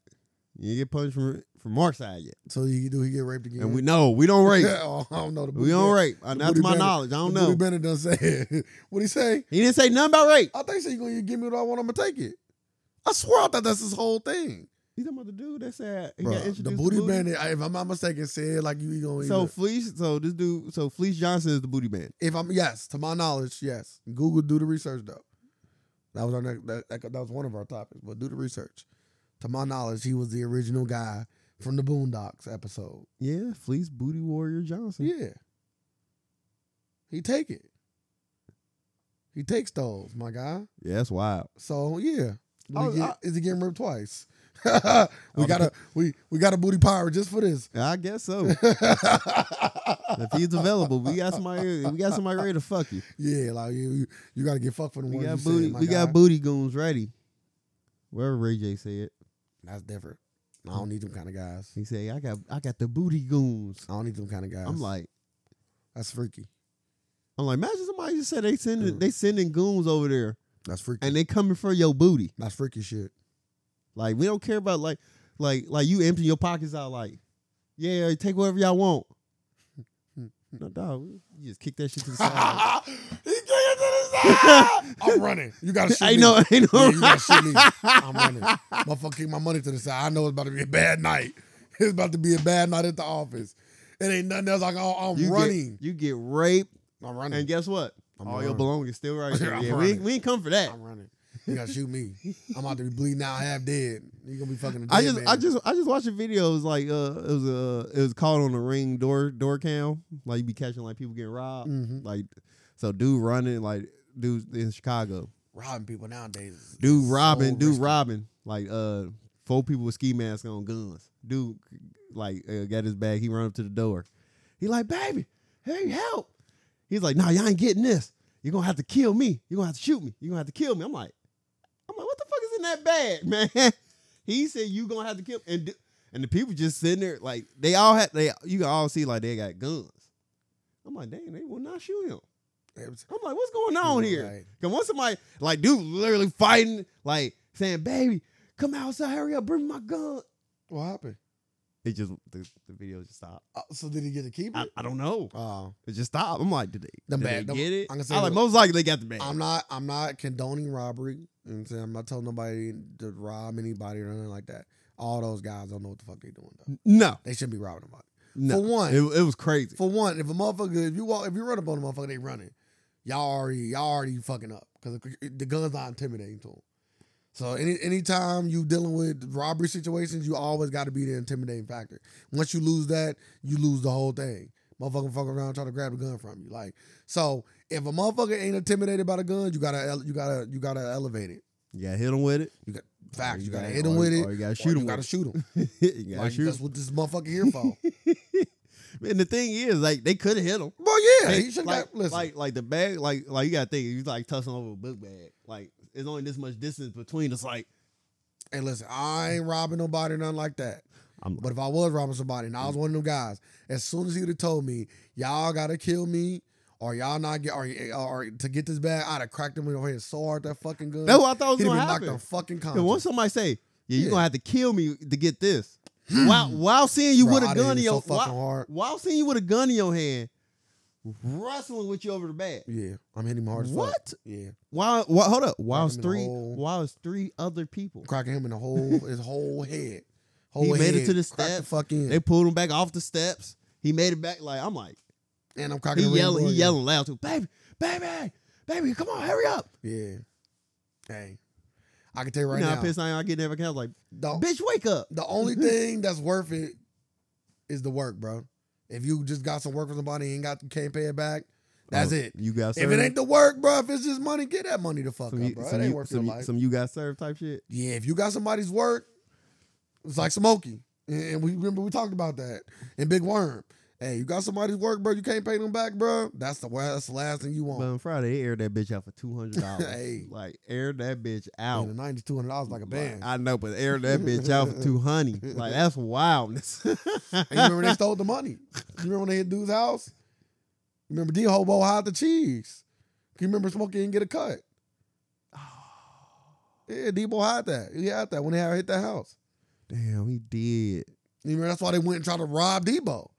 You didn't get punishment from our side yet. So he do he get raped again? And we know we don't rape. <laughs> oh, I don't know. The we don't rape. Uh, Not booty to my bandit- knowledge. I don't Booty know. Bennett done said. <laughs> what he say? He didn't say nothing about rape. I think she gonna give me what I want. I'm gonna take it. I swear I thought that's his whole thing. He's talking about the dude that said he Bruh, got introduced the to booty, bandit, I- if I'm not mistaken, said like you you gonna So either- Fleece, so this dude, so Fleece Johnson is the booty man. If I'm yes, to my knowledge, yes. Google do the research though. That was our next, that, that, that was one of our topics, but do the research. To my knowledge, he was the original guy from the Boondocks episode. Yeah, Fleece Booty Warrior Johnson. Yeah. He take it. He takes those, my guy. Yeah, that's wild. So yeah. Do I we was- get- I- is he getting ripped twice? <laughs> we got a we we got a booty pirate just for this. I guess so. if he's available, we got somebody. We got somebody ready to fuck you. <laughs> yeah, like you you, you gotta get fucked for the We ones got you booty. said, my we guy. got booty goons ready. Wherever Ray J said, That's different. I Mm. don't need them kind of guys. he said, "I got, I got the booty goons." I don't need them kind of guys. I'm like, that's freaky. I'm like, imagine somebody just said they sending they sending goons over there That's freaky. and they coming for your booty. That's <laughs> freaky shit. Like we don't care about like like like you emptying your pockets out like yeah take whatever y'all want. No dog, we- you just kick that shit to the he side. can't get to the side. <laughs> <laughs> I'm running. You gotta shoot ain't me. no ain't no. Yeah, you gotta shoot me. <laughs> I'm running. Motherfucker, keep my money to the side. I know it's about to be a bad night. <laughs> It's about to be a bad night at the office. It ain't nothing else. Like oh, I'm You get- running. you get raped, I'm and running. guess what? I'm All your running. belongings still <laughs> right there. I'm Yeah, we, ain't- running. we ain't come for that. I'm running. You gotta shoot me. I'm about to be bleeding out half dead. You gonna be fucking a dead I just, man. I just, I just watched a video. It was like, uh, it was uh, it was called on the ring door door cam. Like you be catching like people getting robbed. Mhm. Like, so dude running like dude in Chicago. robbing people nowadays. is- Dude is robbing, so dude risky. robbing. Like uh, four people with ski masks on, guns. Dude, like uh, got his bag. He run up to the door. He like, baby, hey, help. He's like, nah, y'all ain't getting this. You're gonna have to kill me. You're gonna have to shoot me. You're gonna have to kill me. I'm like, I'm like, what the fuck is in that bag, <laughs> man? he said you gonna have to kill and d- and the people just sitting there like they all had they you can all see like they got guns. I'm like, dang, they will not shoot him. It was- I'm like, what's going on Right. here? Cause once somebody like dude literally fighting, like saying, "Baby, come outside, hurry up, bring my gun." What happened? It just the, the video just stopped. Uh, so did he get to keep I, it? I don't know. Uh, It just stopped. I'm like, did they, The did bag, they the- get it? I I can say like the- most likely they got the bag. I'm not. I'm not condoning robbery. You know what I'm saying I'm not telling nobody to rob anybody or nothing like that. All those guys don't know what the fuck they doing though. no, They shouldn't be robbing nobody. no. For one, it, it was crazy. for one, if a motherfucker, if you walk, if you run up on a motherfucker, they running. Y'all already, y'all already fucking up because the gun's not intimidating to them. So any anytime you dealing with robbery situations, you always got to be the intimidating factor. Once you lose that, you lose the whole thing. Motherfucker, fuck around, try to grab a gun from you. Like so, if a motherfucker ain't intimidated by the gun, you gotta, ele- you gotta, you gotta elevate it. You gotta hit him with it. Facts. Or You gotta gotta- hit him or- with Or it. you gotta Shoot shoot you him. Gotta <laughs> shoot him. with it. you gotta Like, shoot that's him. what this motherfucker <laughs> here for. And the thing is, like they could have hit him. Well, yeah, Hey, he should like, got listen. like like the bag like like you gotta think you like tussling over a book bag like there's only this much distance between us like Hey, listen, I ain't robbing nobody, nothing like that. I'm- Mm. but if I was robbing somebody and I was one of them guys, as soon as he would have told me, y'all gotta kill me or y'all not get or, eh, or to get this bag, I'd have cracked him in the head so hard that fucking gun. that's what I thought was He'd have gonna Uh, been knocked happen. on fucking And once conscious. somebody say, "Yeah, Yeah. you're gonna have to kill me to get this," while while seeing you Bro, with a I'd gun hit in him your so fucking while, hard. while seeing you with a gun in your hand, wrestling with you over the back. Yeah, I'm hitting him hard as fuck. What? Yeah, While, while hold up, while it's him in the three hole. while it's three other people. cracking him in the whole his whole head. Whole made it head, to the cracked step. fuck in. They pulled him back off the steps. He made it back. Like I'm like, and I'm cracking. he the ring yelling, he door, yeah. yelling loud too. Baby, baby, baby, come on, hurry up. Yeah. Hey, I can tell you right you know how now. Oh. pissed I am. I get in there. I was like, the- bitch, wake up. <laughs> The only thing that's worth it is the work, bro. If you just got some work from somebody and ain't got can't pay it back, that's Oh, it. You got If served. it ain't the work, bro, if it's just money, get that money the fuck some, up, you, bro. some, it ain't you, worth some, your you- life. some you got served type shit. yeah, if you got somebody's work, it's like Smokey, and we remember we talked about that and Big Worm. Hey, you got somebody's work, bro. You can't pay them back, bro. That's the worst. That's the last thing you But want. on Friday, they aired that bitch out for two <laughs> hundred dollars. Hey. Like aired that bitch Man, out. the ninety two hundred dollars like a band. I know, but aired that bitch out for two hundred. Like <laughs> that's wildness. And you <sighs> remember they stole the money. You remember when they hit dude's house? You remember D Hobo hide the cheese. You remember Smokey didn't get a cut. Yeah, Debo hide that. He had that when they had hit that house. <laughs> Damn, he did. You remember that's why they went and tried to rob Debo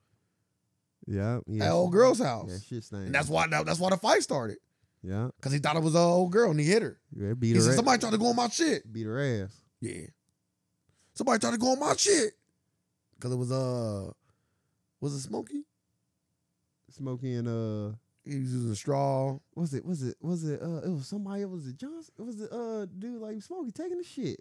Yeah, yeah. at old girl's Yeah, house. shit stain. and that's why that- that's why the fight started. yeah. Cause he thought it was an old girl and he hit her. yeah He beat her. said, ass. Somebody tried to go on my shit. beat her ass. Yeah. Somebody tried to go on my shit. Cause it was uh was it Smokey? Smokey and uh, He was using straw. was it was it was it uh, it was somebody. It was it Johnson. It was it uh, dude like Smokey taking the shit.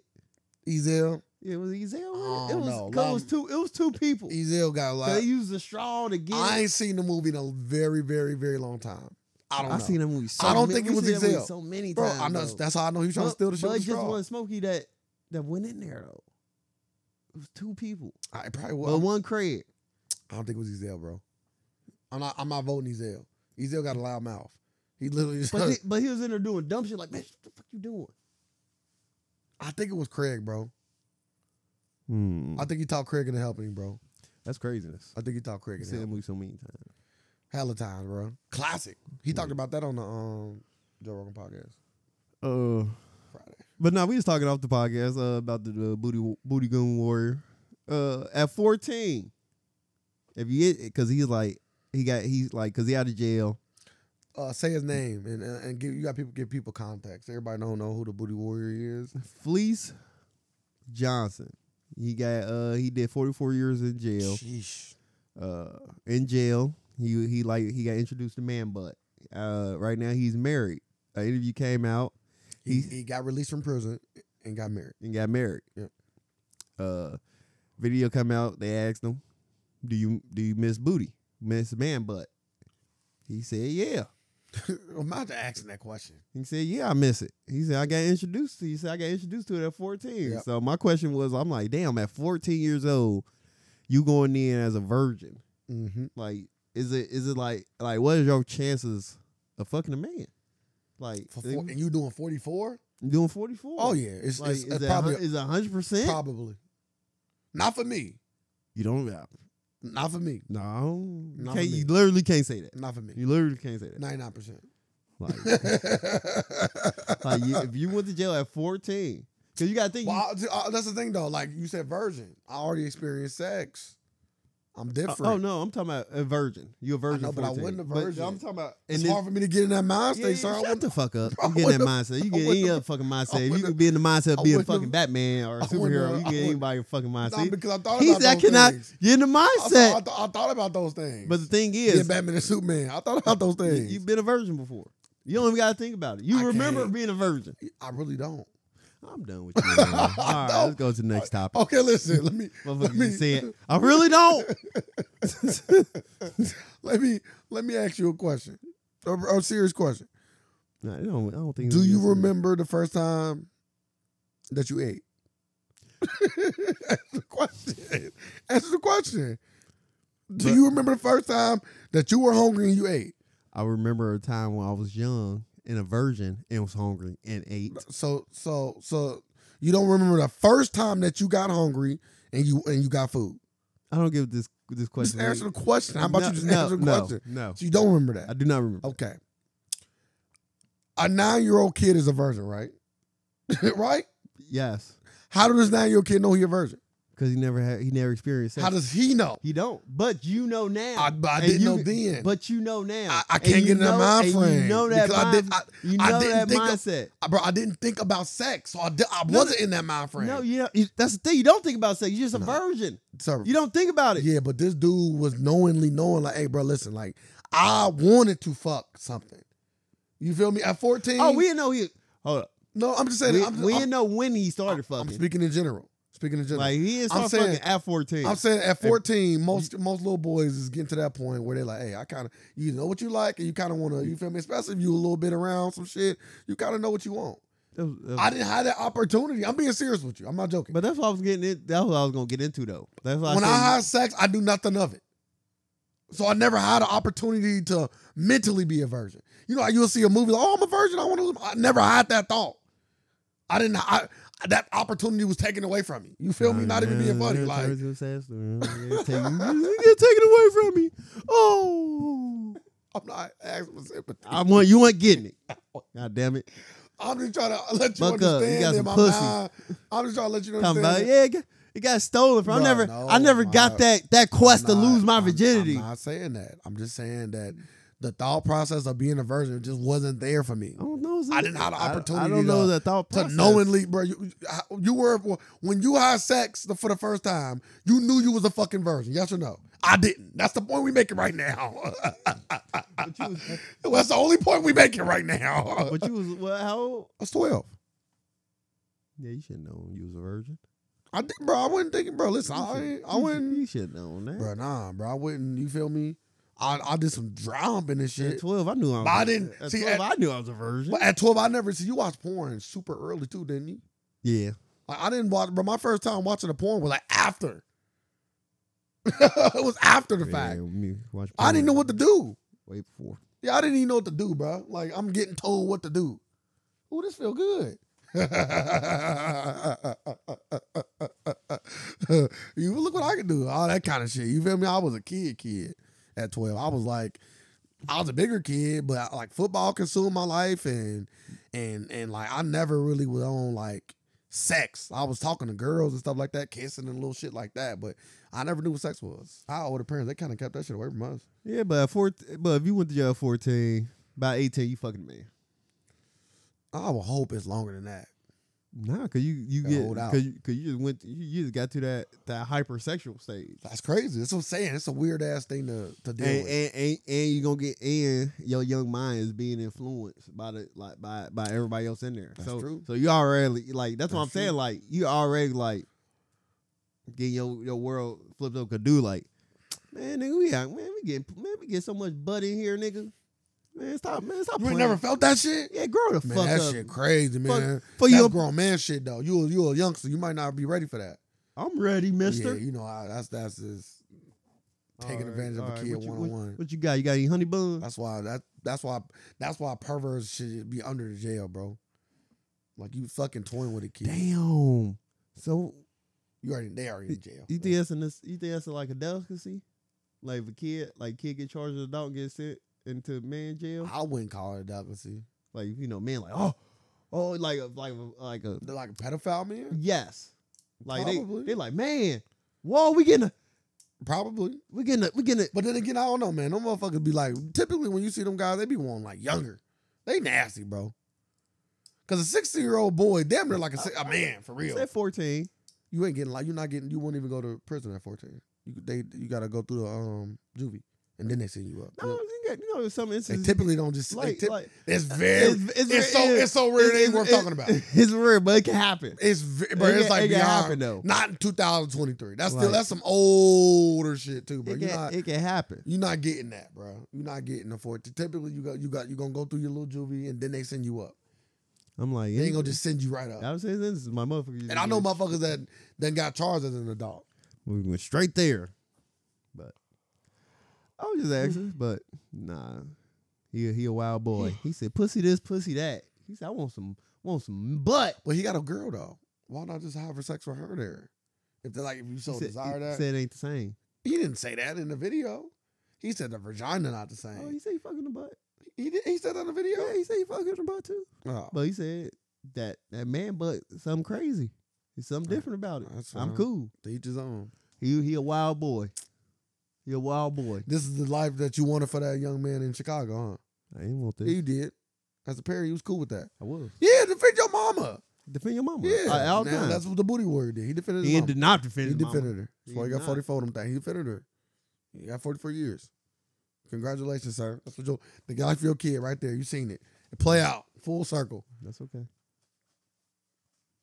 Ezel. Yeah, was it Ezel? with It I It don't was, know. 'cause it was two. It was two people. Ezel got a 'Cause lot. They used the straw to get. I it. ain't seen the movie in a very, very, very long time. I don't I know. seen that movie. So I don't many- think it we was seen that movie Denzel. So many Bro, times. I know though. that's how I know he was trying to steal the shit. But with it just straw. wasn't Smokey that that went in there though. It was two people, I but probably was. one Craig. I don't think it was Ezel, bro. I'm not. I'm not voting Ezel. Ezel got a loud mouth. He literally. Just, <laughs> But he, but he was in there doing dumb shit like, man, what the fuck you doing? I think it was Craig, bro. Hmm. I think he talked Craig into helping him, bro. That's craziness. I think he talked Craig I've into seen that helping. movie so many times. Hella times, bro. Classic. He talked about that on the um, Joe Rogan podcast Uh, Friday. but no, we just talking off the podcast uh, about the, the booty booty goon warrior. Uh, at fourteen, if you because he's like he got he's like because he out of jail. Uh, say his name and and and give you got people give people context. Everybody don't know who the Booty Warrior is. Fleece Johnson. He got uh he did 44 years in jail. Sheesh. Uh in jail, he he like he got introduced to man butt. Uh right now he's married. An interview came out He He- he got released from prison and <laughs> got married. and got married. Yep. Uh video come out, they asked him, "Do you do you miss booty? Miss man butt?" He said, "Yeah." Imagine asking that question. He said, "Yeah, I miss it." He said, "I got introduced to." He said, "I got introduced to it at 14." Yep. So my question was, I'm like, "Damn, at 14 years old, you going in as a virgin? Mm-hmm. Like, is it is it like like what is your chances of fucking a man? Like, For four, and you doing forty four? you doing 44? Oh yeah, it's, like it's, is it's that probably hun- is 100 percent? probably not for me. You don't uh, Not for me. no, you, Not can't, for you me. literally can't say that. Not for me. You literally can't say that. Ninety nine percent. Like, <laughs> like you, if you went to jail at 14, because you got to think. you- Well, I- I- that's the thing though. Like you said, virgin. I already experienced sex. I'm different. Oh no, I'm talking about a virgin. You a virgin? know, but I 14. wasn't a virgin. I'm talking about. It's this- hard for me to get in that mind yeah, state, yeah, sir. I shut wouldn't- the fuck up. <laughs> I You get in that wouldn't- mindset. You I get any wouldn't- other fucking mindset. If you wouldn't- could be in the mindset I of being wouldn't- fucking Batman or a I wouldn't- superhero, you I get wouldn't- anybody fucking Nah, mindset. because I thought He about said, I those cannot. <laughs> things. You're in the I thought, I, mindset. thought, I thought about those things. But the thing yeah, is, Batman and Superman. I thought about those things. you've been a virgin before. You don't even got to think about it. You I remember can't. being a virgin. I really don't. I'm done with <laughs> you. man. All right, No. let's go to the next topic. Okay, listen. Let me let Motherfucker, me you said I really <laughs> don't. let me let me ask you a question, a, a serious question. No, I don't, I don't think. Do it's- you remember the first time that you ate? <laughs> That's the question. Answer the question. Do But- you remember the first time that you were hungry and you ate? I remember a time when I was young and a virgin and was hungry and ate. So so so you don't remember the first time that you got hungry and you and you got food. I don't give this this Just question. answer the question. How about No, you just no, answer the no, question? No, So you Oh. don't remember that. I do not remember. Okay. A nine year old kid is a virgin, right? <laughs> right? Yes, How does this nine year old kid know he a virgin? because he never had he never experienced sex. How does he know? he don't? But you know now. I, but I And didn't you- know then. But you know now. I, I And can't you get in that know- mind and frame. You know that because I mind. did, I, you know didn't that think of- mindset. I- bro, I didn't think about sex, so I, di- I No, wasn't in that mind frame. no, you know you- that's the thing. You don't think about sex. You're just a No. virgin. So- You don't think about it. yeah, but this dude was knowingly knowing, like, hey, bro, listen, like, I wanted to fuck something. You feel me? At 14? Oh, we didn't know he. Hold up. No, I'm just saying. We, I'm, we I'm- didn't know when he started I'm fucking. speaking in general. Speaking in general. Like he didn't I'm start saying- fucking at 14. I'm saying at 14, most most little boys is getting to that point where they're like, hey, I kind of you know what you like, and you kind of want to. You feel me? Especially if you a little bit around some shit, you kind of know what you want. That was- that was- I didn't have that opportunity. I'm being serious with you. I'm not joking. But that's what I was getting. In, that's what I was gonna get into though. That's why when I I, said- had sex, I do nothing of it. So I never had an opportunity to mentally be a virgin. You know, how you'll see a movie like, "Oh, I'm a virgin. I want to." I never had that thought. I didn't. I, that opportunity was taken away from me. You feel me? Not even being funny. Like <laughs> you get taken away from me. Oh, I'm not asking for sympathy. I want you ain't getting it. God damn it! I'm just trying to let you Buck up. You got understand in some my pussy. mind. I'm just trying to let you Talking about understand. yeah, it got, it got stolen from. Bruh, I never, no, I never my- got that that quest I'm to not- lose my I'm- virginity. I'm not saying that. I'm just saying that the thought process of being a virgin just wasn't there for me. I don't know. I didn't have the I, opportunity don't know to- the thought To process. knowingly, bro, you, you were when you had sex the, for the first time, you knew you was a fucking virgin. Yes or no? I didn't. That's the point we making right now. <laughs> <laughs> But you, was, That's the only point we making right now. but you was well, how? Old? I was twelve. Yeah, you should know you was a virgin. I did, bro. I wasn't thinking, bro. Listen, I, ain't- I wouldn't. You should know that. Bro, nah, bro. I wouldn't. You feel me? I, I did some dropping and At shit. twelve, I knew I was. But I didn't- At see, eh, 12, at- I knew I was a virgin. But at twelve, I never see you watch porn super early too, didn't you? Yeah, Like, I didn't watch, but my first time watching a porn was like after. <laughs> it was after the Yeah, fact. me watch I didn't know porn what to do. way before. Yeah, I didn't even know what to do, bro. Like I'm getting told what to do. Ooh, this feel good. <laughs> you look what I can do. All that kind of shit. You feel me? I was a kid, kid at twelve. I was like, I was a bigger kid, but like football consumed my life, and and and like I never really was on like sex. I was talking to girls and stuff like that, kissing and little shit like that, but I never knew what sex was. Our older parents they kind of kept that shit away from us. Yeah, but at four, but if you went to jail at fourteen, by eighteen you fucking man. I would hope it's longer than that. Nah, cause you you Gotta get hold out. cause you, cause you just went you, you just got to that that hypersexual stage. That's crazy. That's what I'm saying. It's a weird ass thing to to deal And, with. and and and you gonna get and your young mind is being influenced by the like by by everybody else in there. That's so true. so you already like that's, what I'm That's saying. true. Like you already like getting your your world flipped up. Could do like man, nigga, we out man, we getting man, we get so much butt in here, nigga. Man, stop, man, stop. you ain't playing. never felt that shit. yeah, grow the Man, fuck that up. shit crazy, man. For That's you, grown man shit though. You a, you a youngster. You might not be ready for that. I'm ready, Mister. Yeah, you know I, that's that's just taking All right, advantage of all a right, kid what you- one what- on one. What you got? You got any honey buns? That's why that that's why that's why perverts should be under the jail, bro. Like you fucking toying with a kid. Damn. So You already they already in jail. you think that's an you think that's like a delicacy? Like if a kid like kid get charged with adult get sent into man jail? I wouldn't call it advocacy. Like you know, man, like oh, oh, like a, like a, like a They're like a pedophile man? yes, like Probably. they they like man, whoa, we getting a Probably. we getting a we getting a But then again, I don't know, man. Them motherfuckers be like typically when you see them guys, they be wanting like younger. They nasty, bro. Cause a 16 year old boy, damn near like a, si- a man for real. at fourteen. You ain't getting like you're not getting you won't even go to prison at 14. You they you gotta go through the um juvie. And then they send you up. No, you, got, you know some They instances. typically don't just like, like, tip, like it's very it's, so rare- it's so rare it ain't worth it's- talking <laughs> about. It's rare, but it can happen. It's ve- bro, it it's can- like it can beyond happen though. not in 2023. That's still Right. that's some older shit too, bro. It You're can, not it can happen. you're not getting that, bro. You're not getting the 14. Typically you got you got you gonna go through your little juvie and then they send you up. I'm like, They ain't gonna just send you right up. I was saying this is my motherfucker. And I know motherfuckers that then got charged as an adult. We went straight there, but I was just asking. Mm-hmm. but nah, he he a wild boy. He said, "Pussy this, pussy that." He said, "I want some, want some butt." But he got a girl though. Why not just have her sex with her there? If they're like if you so he said, desire he that. said it ain't the same. he didn't say that in the video. He said the vagina not the same. Oh, he said he fucking the butt. He did, he said that in the video. Yeah, he said he fucking the butt too. Oh, But he said that that man butt, is something crazy. There's something Uh, different about it. that's I'm fine. cool. to each his own. He he a wild boy. He a wild <laughs> boy. This is the life that you wanted for that young man in Chicago, huh? I didn't want Yeah, this. you did. As a parent, you was cool with that. I was Yeah, defend your mama. defend your mama. Yeah, I- all the Now, time. that's what the booty warrior did. He defended his He mama. did not He defend his mama. defended her. That's why he He got not. 44 of them things. He defended her. He got 44 years. Congratulations, sir. That's what your the guy for your kid right there. You seen it. It play out full circle. <laughs> That's okay.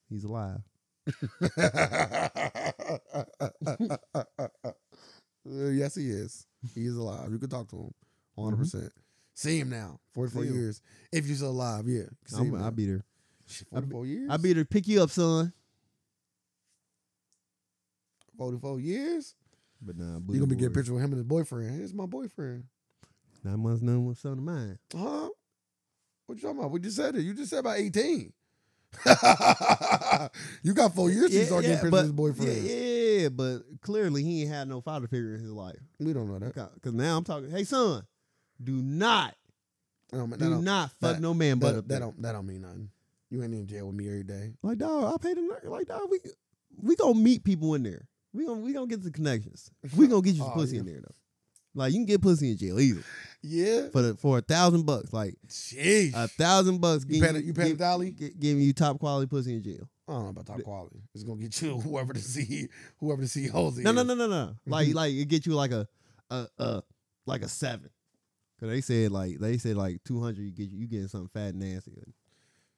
He's alive. Uh, yes, he is. He is alive. You can talk to him. 100%. percent See him now. 44 Mm-hmm. See him. years. If you're still alive, yeah. See him I'm, now. I'll be there. Shit, I'll be- 44 years? I'll be there to pick you up, son. 44 years? But nah, You're going to be getting pictures with him and his boyfriend. Here's my boyfriend. Nine months, nine months, son of mine. Huh? What you talking about? We just said it. You just said about 18. <laughs> you got four years to start getting pictures with his boyfriend. Yeah, yeah, but clearly he ain't had no father figure in his life. We don't know that. Because now I'm talking, hey, son, do not, No, man, that do don't- not fuck that- no man that, but up that there. don't that don't mean nothing. You ain't in jail with me every day. Like, dog, I paid him. Like, dog, we we gonna meet people in there. We gonna we gonna get the connections. We gonna get you some <laughs> Oh, pussy yeah. in there though. Like, you can get pussy in jail either Yeah. for the, for a thousand bucks. Like, Jeez. a thousand bucks. you getting paying you paying a Uh, give- dolly? gi- giving you top quality pussy in jail. I don't know about top quality. It's gonna get you <laughs> whoever the C whoever the CEO's is. No, no, no, no, no. Like, Mhm. like it get you like a, a, a like a seven. Cause they said like they said like two hundred. You get you getting something fat and nasty.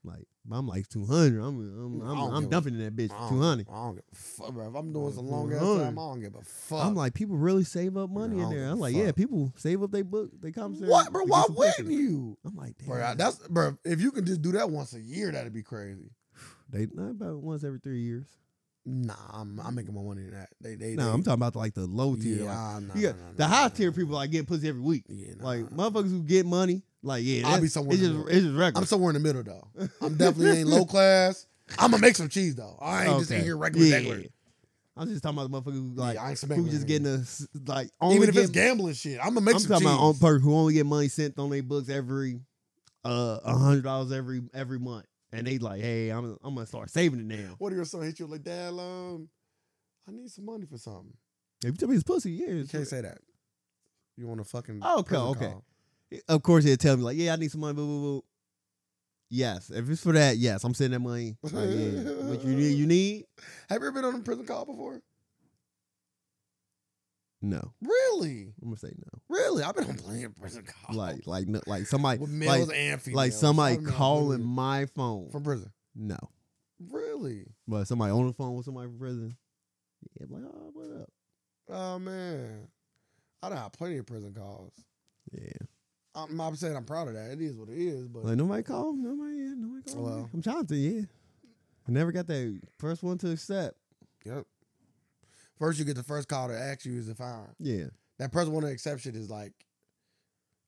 Like I'm like two hundred. I'm I'm I I'm, don't I'm give a- dumping in that bitch two hundred. I don't give a fuck, bro. If I'm doing some long ass 200. time, I don't give a fuck. I'm like people really save up money in I don't there. give a I'm like yeah, fuck. people save up their book, they commissary. what, bro? to get Why some pussy. wouldn't you? I'm like damn. Bro, I- that's bro. If you can just do that once a year, that'd be crazy. they not about once every three years. Nah, I'm, I'm making more money than that. They, they, No, they, I'm talking about like the low tier. like, Yeah, nah, you nah, got nah, nah, the high nah, tier nah, people nah. like get pussy every week. Yeah, nah, Like nah. motherfuckers who get money, like yeah, I'll that's- be somewhere It's in just the middle. it's just regular. I'm somewhere in the middle though. <laughs> I'm definitely ain't low class. I'm gonna make some cheese though. I ain't just in Okay. here regular, Yeah. regular. I'm just talking about the motherfucker who like yeah, I ain't who smacked just my- getting a s- like only even if it's get- gambling shit. I'm gonna make I'm some talking cheese. about on per who only get money sent on their books every uh hundred dollars every every month, and they like, hey, I'm I'm gonna start saving it now. What if your son hit you like, Dad, um, I need some money for something. If you tell me it's pussy, yeah, You it's can't say that. You want a fucking Oh, okay, prison okay. call. Of course, he'll tell me like, "Yeah, I need some money." Boo, boo, boo. Yes, if it's for that, yes, I'm sending that money. Like, yeah, what you need? You need? Have you ever been on a prison call before? No, Really, I'm gonna say <laughs> no. really, I've been on plenty of prison calls. Like, like, no, like somebody, with like, males and females. like somebody I've been on calling plenty my of- phone. from prison. no, Really? but somebody on the phone with somebody from prison. Yeah, like, oh, what up? Oh man, I done had plenty of prison calls. Yeah, I'm not saying I'm proud of that. It is what it is, but like nobody called, nobody, yeah, nobody called. Well. I'm trying to, yeah. I never got that first one to accept. yep. First, you get the first call to ask you is a fine. Yeah, That person one exception is like,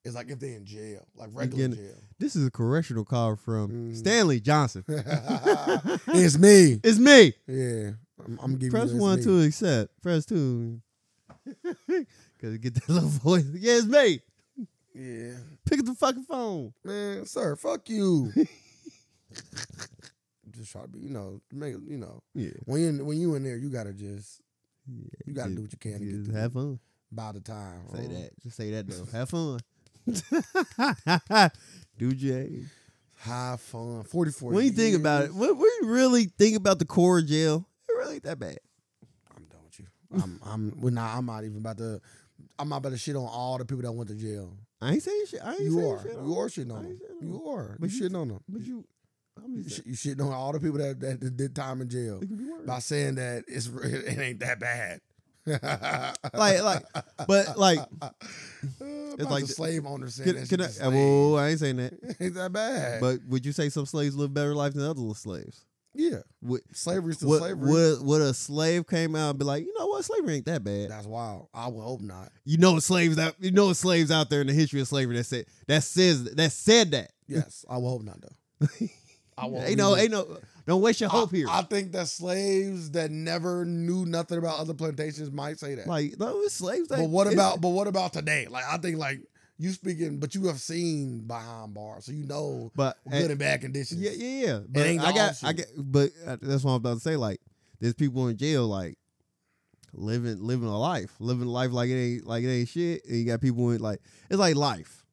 is like if they in jail, like regular getting- this is a correctional call from Mm. Stanley Johnson. <laughs> <laughs> jail. it's me. it's me. Yeah, I'm, I'm giving Press you one it's to accept. Press two. <laughs> Cause get that little voice. Yeah, it's me. me. Yeah, Pick up the fucking phone. man, sir, <laughs> fuck you. just try to be, you know, make you know Yeah. when you when you in there, you gotta just yeah. you gotta do what you can to get through. have fun. by the time. Say huh? that. Just say that though. have <laughs> fun. do Jay. High fun. 44. When you think about it, years. when, when you really think about the core of jail, it really ain't that bad. I'm done with you. I'm I'm well, nah, I'm not even about to I'm not about to shit on all the people that went to jail. I ain't saying shit. I ain't You saying are. shit. on You it. are shitting I on them. ain't shitting on You are. But you you- shitting on them. But you, I'm you, just sh- saying, you shitting on all the people that, that, that did time in jail it could be worse. by saying that it's <laughs> re- it ain't that bad. like Like, like, but <laughs> like, it's like like the- the slave owner saying can, that can I? shit to uh, <laughs> Whoa, I ain't saying that. slaves. ain't that bad. But would you say some slaves live better life than other little slaves? yeah, Would slavery's still would, slavery. would, would a slave came out and be like, you know what, slavery ain't that bad. That's wild. I would hope not. You know, slaves out. You know, slaves out there in the history of slavery that said that says that said that. Yes, I will hope not though. <laughs> I will. Ain't no, ain't no. Don't waste your hope here. I think that slaves that never knew nothing about other plantations might say that. like those slaves. but ain't- what it's- about? But what about today? Like, I think like you speaking, but you have seen behind bars, so you know But good and bad conditions. Eh, yeah, yeah, yeah. But ain't I the got, I option. got. But uh, that's what I'm about to say. Like, there's people in jail, like living, living a life, living life like it ain't, like it ain't shit. And you got people in like it's like life.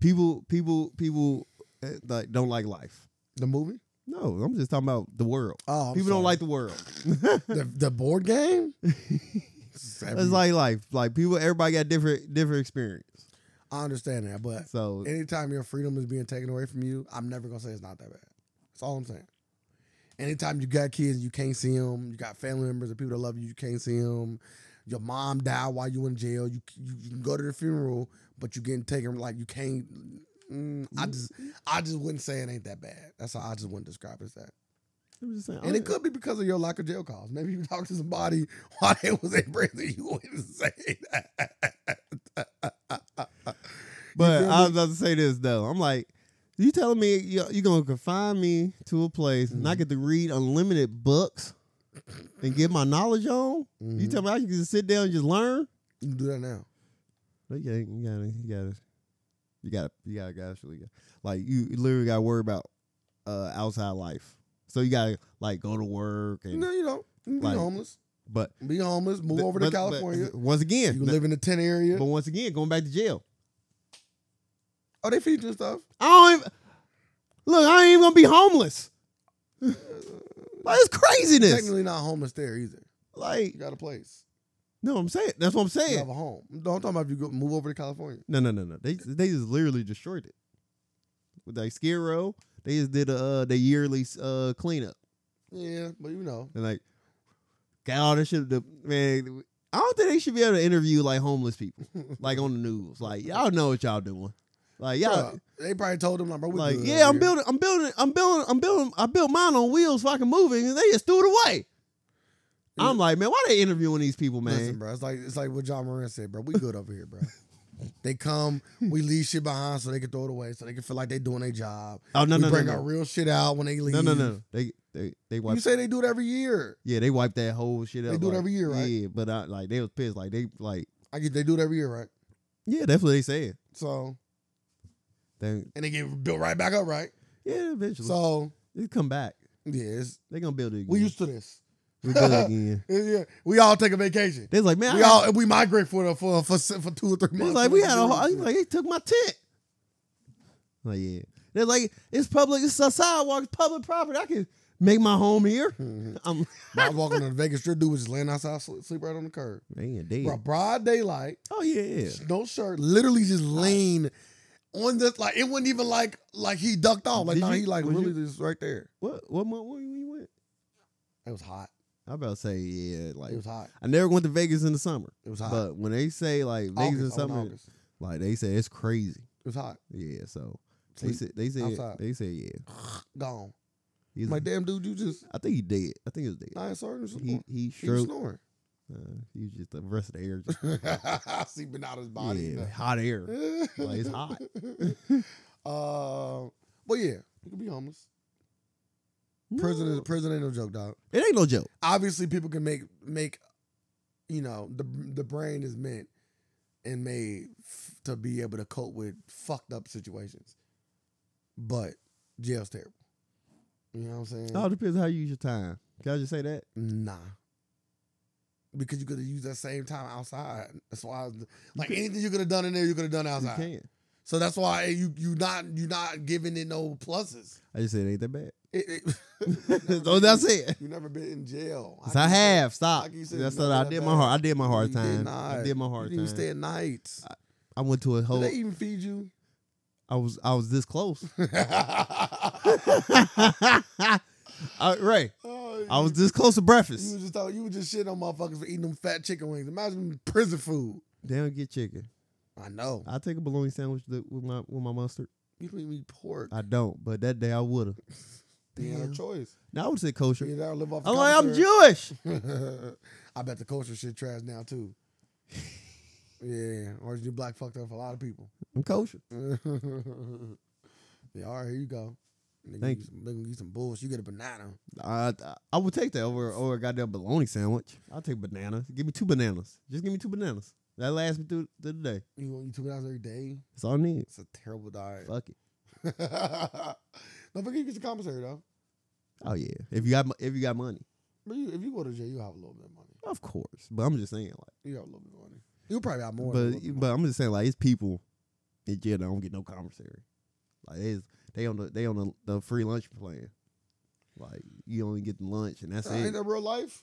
People, people, people uh, like don't like life. The movie? No, I'm just talking about the world. Oh, I'm people don't sorry. like the world. the the board game. <laughs> it's like life. Like people, everybody got different, different experience. I understand that, but So anytime your freedom is being taken away from you, I'm never gonna say it's not that bad. That's all I'm saying. Anytime you got kids, and you can't see them. You got family members and people that love you, you can't see them. Your mom died while you in jail. You you, you can go to the funeral, but you getting taken like you can't. mm, I just I just wouldn't say it ain't that bad. That's how I just wouldn't describe it as that. I'm just saying, And it could be because of your lack of jail calls. Maybe you talked to somebody <laughs> while they was in prison. You wouldn't <laughs> say that. But feel I was about to say this though. I'm like, you telling me you you gonna confine me to a place and Mm-hmm. I get to read unlimited books and get my knowledge on? You Mhm. tell me I can just sit down and just learn? You can do that now. But you, ain't- you gotta, you gotta, you gotta, you gotta, actually, like you literally gotta worry about uh outside life. So you gotta like go to work and No, you don't. You can Like, be homeless. but Be homeless. Move but- over to but- but California. once again. you but- live in the tent area. but once again, going back to jail. oh, they feed you stuff. I don't even, look. I ain't even gonna be homeless. <laughs> like, it's craziness. Technically not homeless there either. Like You got a place. no, I'm saying that's what I'm You saying. have a home. Don't talk about if you go, move over to California. No, no, no, no. They they just literally destroyed it with like Skid Row. They just did a uh, the yearly uh cleanup Yeah, but you know. and like got all this shit. The man, I don't think they should be able to interview like homeless <laughs> people like on the news. Like y'all know what y'all doing. Like y'all. Bruh, they probably told them like, bro, we Like good yeah, I'm here. building, I'm building, I'm building, I'm building. I built mine on wheels, fucking moving, and they just threw it away. I'm like, man, why they interviewing these people, man? Listen, bro, it's like it's like what John Moran said, bro. We good over here, <laughs> bro. They come, we leave shit behind so they can throw it away, so they can feel like they doing their job. oh no, we no, no, bring no, our real shit out when they leave. no, no, no. They They they You wiped. say they do it every year. yeah, they wiped that whole shit up. They do it like, every year, right? Yeah, but I like they was pissed. Like they like I get they do it every year, right? yeah, that's what they said. So They, and they get built right back up, right? yeah, eventually So they come back. yeah, it's, They gonna build it. Again. we used to this. we build it again. Yeah, yeah, we all take a vacation. They was like man, <laughs> We I, all we migrate for the, for for for two or three They was months. like we had a whole. Like they took my tent. Like yeah, they're like it's public. It's a sidewalk. It's public property. I can make my home here. <laughs> Mhm. I'm I was walking on the Vegas Strip, dude was just laying outside, sleep, sleep right on the curb. man, damn. Bro, broad daylight, Oh yeah, yeah. no shirt, literally just laying on the like. It wasn't even like like he ducked off. Like Did nah, you- he like was really just right there. What what month when you went? It was hot. I about to say yeah. Like It was hot. I never went to Vegas in the summer, It was hot. but when they say like Vegas in August, I went summer, August. like they say it's crazy. It was hot. Yeah, so they Sleep. said they said outside. they said yeah. <sighs> Gone. He's, My damn dude, you just I think he dead. I think he was dead. nine sergeants. was He born. he He was stroked. snoring. <laughs> Uh, he was just the rest of the air. Just, <laughs> Sleeping out his body. yeah, hot air. <laughs> Like, it's hot. <laughs> uh, but yeah, you can be homeless. Prison is No, prison ain't no joke, dog. It ain't no joke. Obviously, people can make make, you know, the the brain is meant and made f- to be able to cope with fucked up situations. But jail's terrible. You know what I'm saying? It all depends on how you use your time. Can I just say that? Nah. Because you could have used that same time outside. That's why, I was- like could- anything you could have done in there, you could have done outside. You can. So that's why you you not you not giving it no pluses. I just said it ain't that bad. It, it, <laughs> <laughs> so that's it. You never been in jail. How Yes, can I you say- have. Stop. like you said, That's not what I that did my bad. hard. I did my You hard did time. I not. did my You hard didn't time. even stay at night. I went to a Did whole. they even feed you? <laughs> <laughs> I was I was this close. I I, Ray, I was this close to Oh, You breakfast. was just talking, you was just shitting on motherfuckers for eating them fat chicken wings. Imagine prison food. They don't get chicken. I know. I take a bologna sandwich th- with my with my mustard. You don't even eat pork. I don't, but that day I would've. You had Damn. no choice. Now I would say kosher. You gotta live off. the I'm like I'm commissary. <laughs> Jewish. I bet the culture shit trash now <laughs> too. yeah, Orange New Black fucked up for a lot of people. I'm kosher. <laughs> yeah, all right, here you go. Nigga, Thank you. Some, nigga, you some bullshit. You get a banana. I I- I would take that over over a goddamn bologna sandwich. I'll take banana. Give me two bananas. Just give me two bananas. That lasts me through through the day. You want you two dollars every day? That's all I need. It's a terrible diet. <laughs> Fuck it. Don't forget you get your commissary though. Oh yeah. If you got mo- if you got money, But you, if you go to jail, you have a little bit of money. of course. But I'm just saying like. You have a little bit of money. You probably have more. than a But little bit of but I'm just saying like it's people in jail that don't get no commissary. Like they is- they on the they on the, the free lunch plan. Like you only get the lunch and that's money. Uh, ain't it. that real life?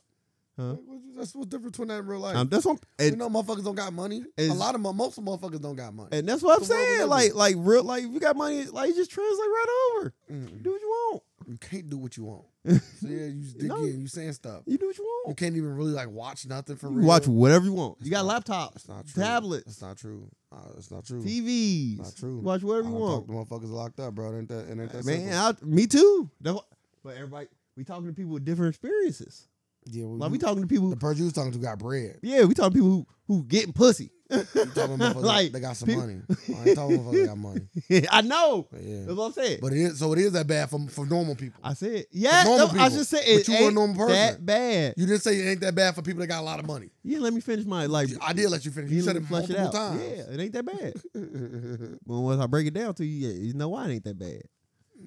Huh? Like, what you- that's what's different between that and real life. Um, that's what I'm- you and, know, motherfuckers don't got money. A it's- lot of mo- most motherfuckers don't got money. and that's what I'm the world we saying. live Like in. like real like if you got money like just translate right over. Mm-mm. Do what you want. Mm, you can't do what <laughs> you want. so yeah, you just No. again, you saying stuff. You do what you You want. can't even really like watch nothing for You real. watch whatever you want. You That's got laptops, That's not true. tablets, That's not true. Uh, that's not true. TVs. Not true. Watch whatever I you done want. talked to motherfuckers locked up, bro. It ain't that, it ain't that Man, simple. I, me too. That's why- But everybody, we talking to people with different experiences. yeah, well, Like you- we talking to people the person you was talking to <laughs> got bread. Yeah, we talking people who who getting pussy. <laughs> You talking motherfuckers Like, they got some people- money. I ain't talking motherfuckers <laughs> got money. I know. But yeah, That's what I'm saying. but it is so it is that bad for for normal people. I said, yeah, normal no, I people. just said But it you a ain't normal person. that bad. you didn't say it ain't that bad for people that got a lot of money. Yeah, let me finish my like. I did let you finish. You let said me it multiple times. Yeah, it ain't that <laughs> bad. well, once I break it down to you, yeah, you know why it ain't that bad.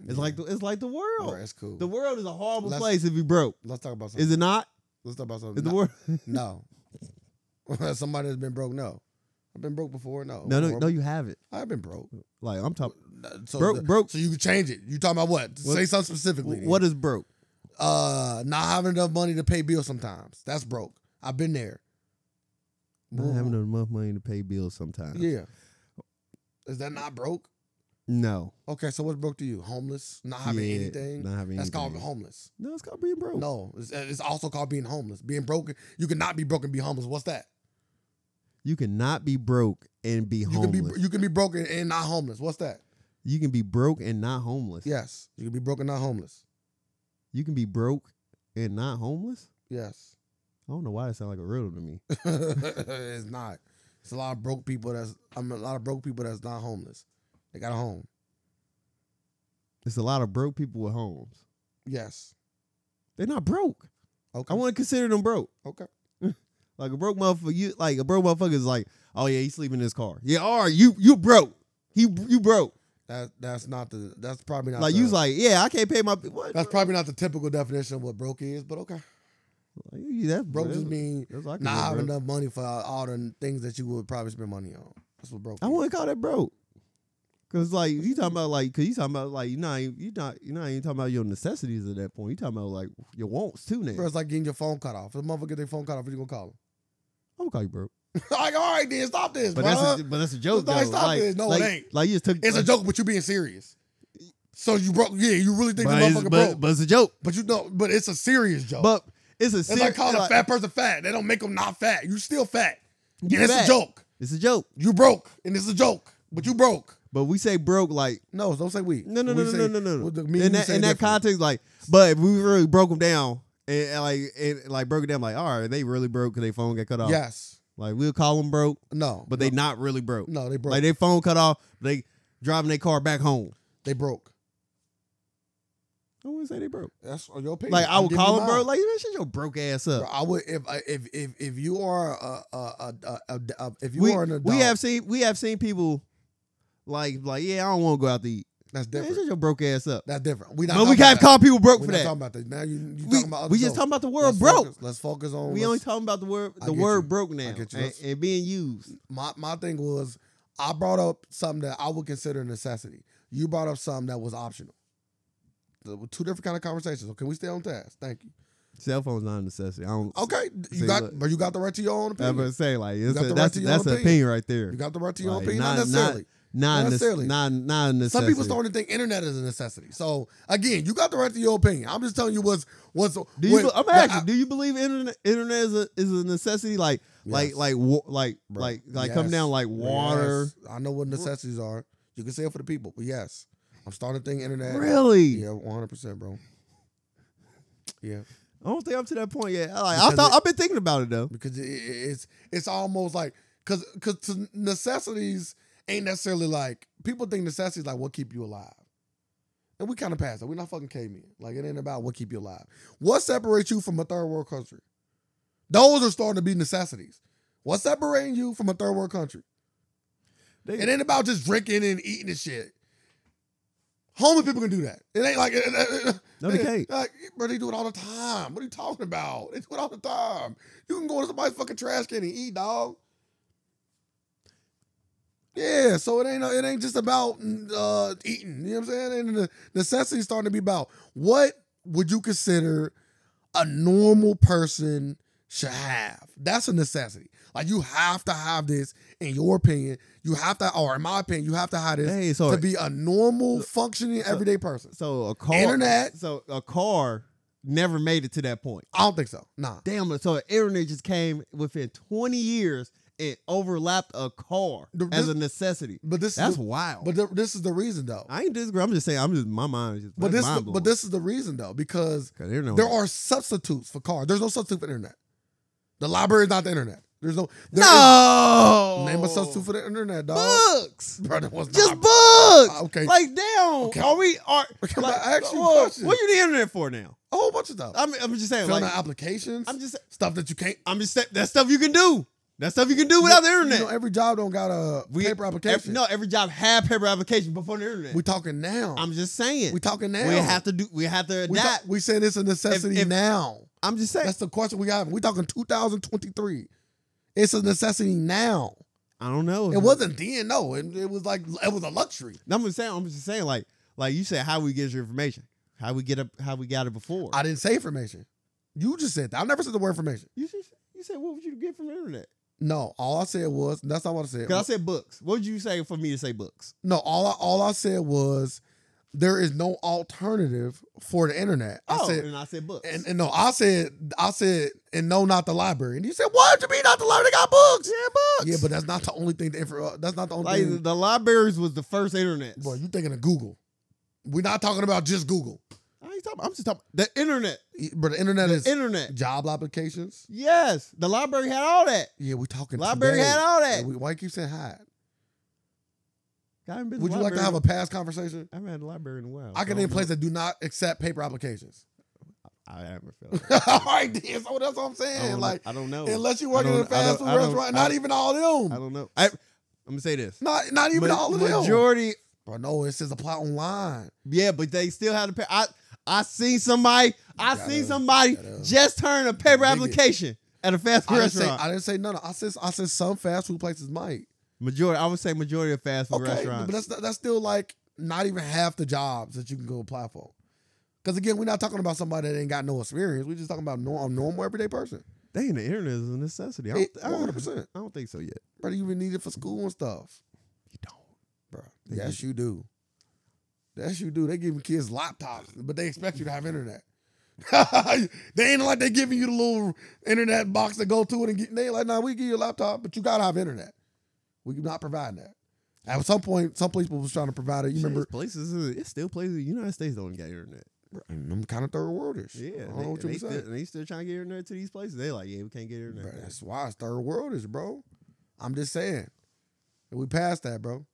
It's like the, it's like the world. Bro, that's cool. The world is a horrible Let's- place if you broke. Let's talk about something. Is it not? Let's talk about Is something. the <laughs> world? No. no. <laughs> Somebody that's been broke. No, I've been broke before. No, No, no, Broke- no. You have it. I've been broke. Like I'm talking. So Broke- the- broke. So you can change it. You talking about what? What- Say something specifically. w- What is broke? Uh, not having enough money to pay bills sometimes. That's broke. I've been there. Not having enough money to pay bills sometimes. Yeah. Is that not broke? No. Okay, so what's broke to you? Homeless, not having Yeah, anything. Not having That's called anything. homeless. No, it's called being broke. No, it's, it's also called being homeless. Being broken, you cannot be broken. Be homeless. What's that? You cannot be broke and be You homeless. can be you can be broken and not homeless. What's that? broke and not homeless. Yes, you can be broken, not homeless. You can be broke and not homeless. Yes, I don't know why that sounds like a riddle to me. <laughs> it's not. It's a lot of broke people that's I mean a lot of broke people that's not homeless. They got a home. It's a lot of broke people with homes. Yes. They're not broke. Okay. I want to consider them broke. okay. <laughs> Like a broke motherfucker, you like a broke motherfucker is like, oh yeah, he's sleeping in his car. Yeah, all right, you you broke. He you broke. That that's not the that's probably not Like the, you was like, yeah, I can't pay my what? that's probably not the typical definition of what broke is, but okay. Like, yeah, that's Broke that's- just mean that's what I not consider having broke. enough money for all the things that you would probably spend money on. That's what broke. I is. wouldn't call that broke. Cause like you talking about like, cause you talking about like you not even- you not you not even talking about your necessities at that point. You talking about like your wants too now. Bro, it's like getting your phone cut off. If a motherfucker get their phone cut off, what you gonna call I would call you broke. them? <laughs> like, all right, then stop this, But bro. that's a, but that's a joke Stop- though. stop like, this. No, it like, ain't. Like you just took it's a joke, but you being serious. So you broke, yeah, you really think the But it's, motherfucker broke, but, but, but it's a joke. you know, but it's a serious joke. But it's a it's serious like calling a fat person fat. They don't make them not fat. You still fat. And it's fat. a joke. It's a joke. You broke, and it's a joke, but you broke. But we say broke like No, don't say we. no no no We no say- no no no. well, the- In me and you that say in that different. context, like, but if we really broke them down and, and, like and like broke it down, like, all right, they really broke because their phone got cut off. Yes. Like we'll call them broke, No. but they not really broke. no, they broke. Like their phone cut off, they driving their car back home. they broke. I wouldn't say they broke. That's your opinion. Like I I'm would giving call you them bro. mine. Like man, shut your broke ass up. Bro, I would if I- if if if you are a a a, a, a, a if you we, are an adult, we have seen we have seen people like like yeah, I don't want to go out to eat. that's Man, different. shut your broke ass up. That's different. We not. But we talking can't about call people that. broke we for not that. talking about that. Now you you We, talking about other we just jokes. talking about the word Let's broke. Focus, let's focus on. We let's- only talking about the word I the get word you. broke now get you. and, That's- and being used. my my thing was I brought up something that I would consider a necessity. You brought up something that was optional. There were two different kind of conversations. So can we stay on task? Thank you. Cell phone's not a necessity. I don't. Okay, you See, got, look. but you got the right to your own I'm opinion. gonna say like it's got a- the right that's to your that's own an opinion right there. you got the right to your own Like, opinion. not- Not, not necessarily. Not necessarily. necessarily. Not not a necessity. Some people starting to think internet is a necessity. So again, you got the right to your opinion. I'm just telling you what's what's. Do you? what- be- I'm the- asking. do you believe internet internet is a is a necessity? Like like Yes. like wa- like Bro, like like come yes. down like water. Yes, I know what necessities are. You can say it for the people, but yes, I'm starting to think internet. Really? Yeah, 100, percent bro. Yeah, I don't think I'm to that point yet. I, Like, I Because thought it- I've been thinking about it though. because it, it- it's it's almost like because because necessities ain't necessarily like people think necessities like what keep you alive. And we kind of pass that. We're not fucking cavemen. Like it ain't about what keep you alive. What separates you from a third world country? Those are starting to be necessities. What's separating you from a third world country? They- It ain't about just drinking and eating and shit. Homeless people can do that. It ain't like No, they can't. Like, bro, they do it all the time. What are you talking about? They do it all the time. You can go to somebody's fucking trash can and eat, dog. Yeah, so it ain't it ain't just about uh, eating. You know what I'm saying? And the necessity starting to be about what would you consider a normal person should have? That's a necessity. Like you have to have this, in your opinion. You have to, or in my opinion, you have to have this Hey, so to be a normal, functioning, everyday person. so a car Internet. So a car never made it to that point. I don't think so. Nah. Damn it! So the internet just came within 20 years and overlapped a car The- as this- a necessity. But this That's is the, wild. but the, this is the reason though. I ain't disagree. I'm just saying. I'm just my mind is just. but that's this mind but this is the reason though because blowing. 'Cause internet there was- are substitutes for cars. There's no substitute for internet. The library is not the internet. There's no there no is- name a substitute for the internet, dog. books. <laughs> Bro, that was not- Just books. <laughs> Okay. Like damn. Okay. Are we are? Can I like, ask you a well, question? What you the internet for now? a whole bunch of stuff. I'm I'm just saying. Filling Like, out applications. I'm just stuff that you can't I'm just saying that stuff you can do. That stuff you can do without the You internet. know, every job don't got a We- paper application. Every- no, every job had paper application before the internet. we talking now. I'm just saying. we talking now. We have to do. We have to We, adapt. ta- we saying it's a necessity if- now. I'm just saying. That's the question we have. We talking 2023. It's a necessity now. I don't know. It wasn't then, no. It, it was like it was a luxury. No, I'm just saying. I'm just saying. Like, like you said, how we get your information? How we get up? How we got it before? I didn't say information. You just said that. I never said the word information. you just, you said what would you get from the internet? No, all I said was that's not what I said. Because I said books. What would you say for me to say books? no, all I, all I said was there is no alternative for the internet. I oh, said and I said books. and, and no, I said I said and no, not the library. And you said what? You mean not the library? They got books. yeah, books. Yeah, but that's not the only thing. The info, uh, that's not the only like thing. the libraries was the first internet. Boy, you thinking of Google? We're not talking about just Google, I ain't talking. I'm just talking the internet. but E, the internet is Internet. job applications. Yes, the library had all that. Yeah, we talking Library today. had all Yeah, that. we, why you keep saying hi? I haven't been to Would the you like to library have in- a past conversation? I haven't had a library in a while. I so can don't name know. places that do not accept paper applications. <laughs> I haven't felt. Like all right, then. So that's what I'm I saying. don't, Like, I don't know. unless you're I working in a don't- I don't- fast food I don't- restaurant, I not don't- even all of I them. don't know. I, I'm gonna say this. Not not even Ma- all of them. majority, Bro, no, it says apply online. yeah, but they still have to pay. I I seen somebody. I Gotta- seen somebody gotta- just turn a paper Dig it. application at a fast food I didn't, say, restaurant. I didn't say none. of- I said I said some fast food places might. majority, I would say majority of fast food Okay, restaurants. but that's not, that's still like not even half the jobs that you can go apply for. Because again, we're not talking about somebody that ain't got no experience. We're just talking about nor- a normal everyday person. Dang, the internet is a necessity. I One don't, I, hundred don't, percent, I don't think so yet. bro. You even need it for school and stuff, You don't. bro. They yes, you do. Yes, you do. They giving kids laptops, but they expect you to have internet. <laughs> they ain't like they giving you the little internet box to go to it and get. They like, nah, we give you a laptop, but you gotta have internet. We not providing that. At some point, some people was trying to provide it. You remember Shit, places? is- It's still places. The United States don't get internet. And I'm kind of third worldish. Yeah, I don't they, know what they you still, saying. and they still trying to get internet to these places. They like, yeah, we can't get internet. Bro, that's why it's third worldish, bro. I'm just saying. We passed that, bro.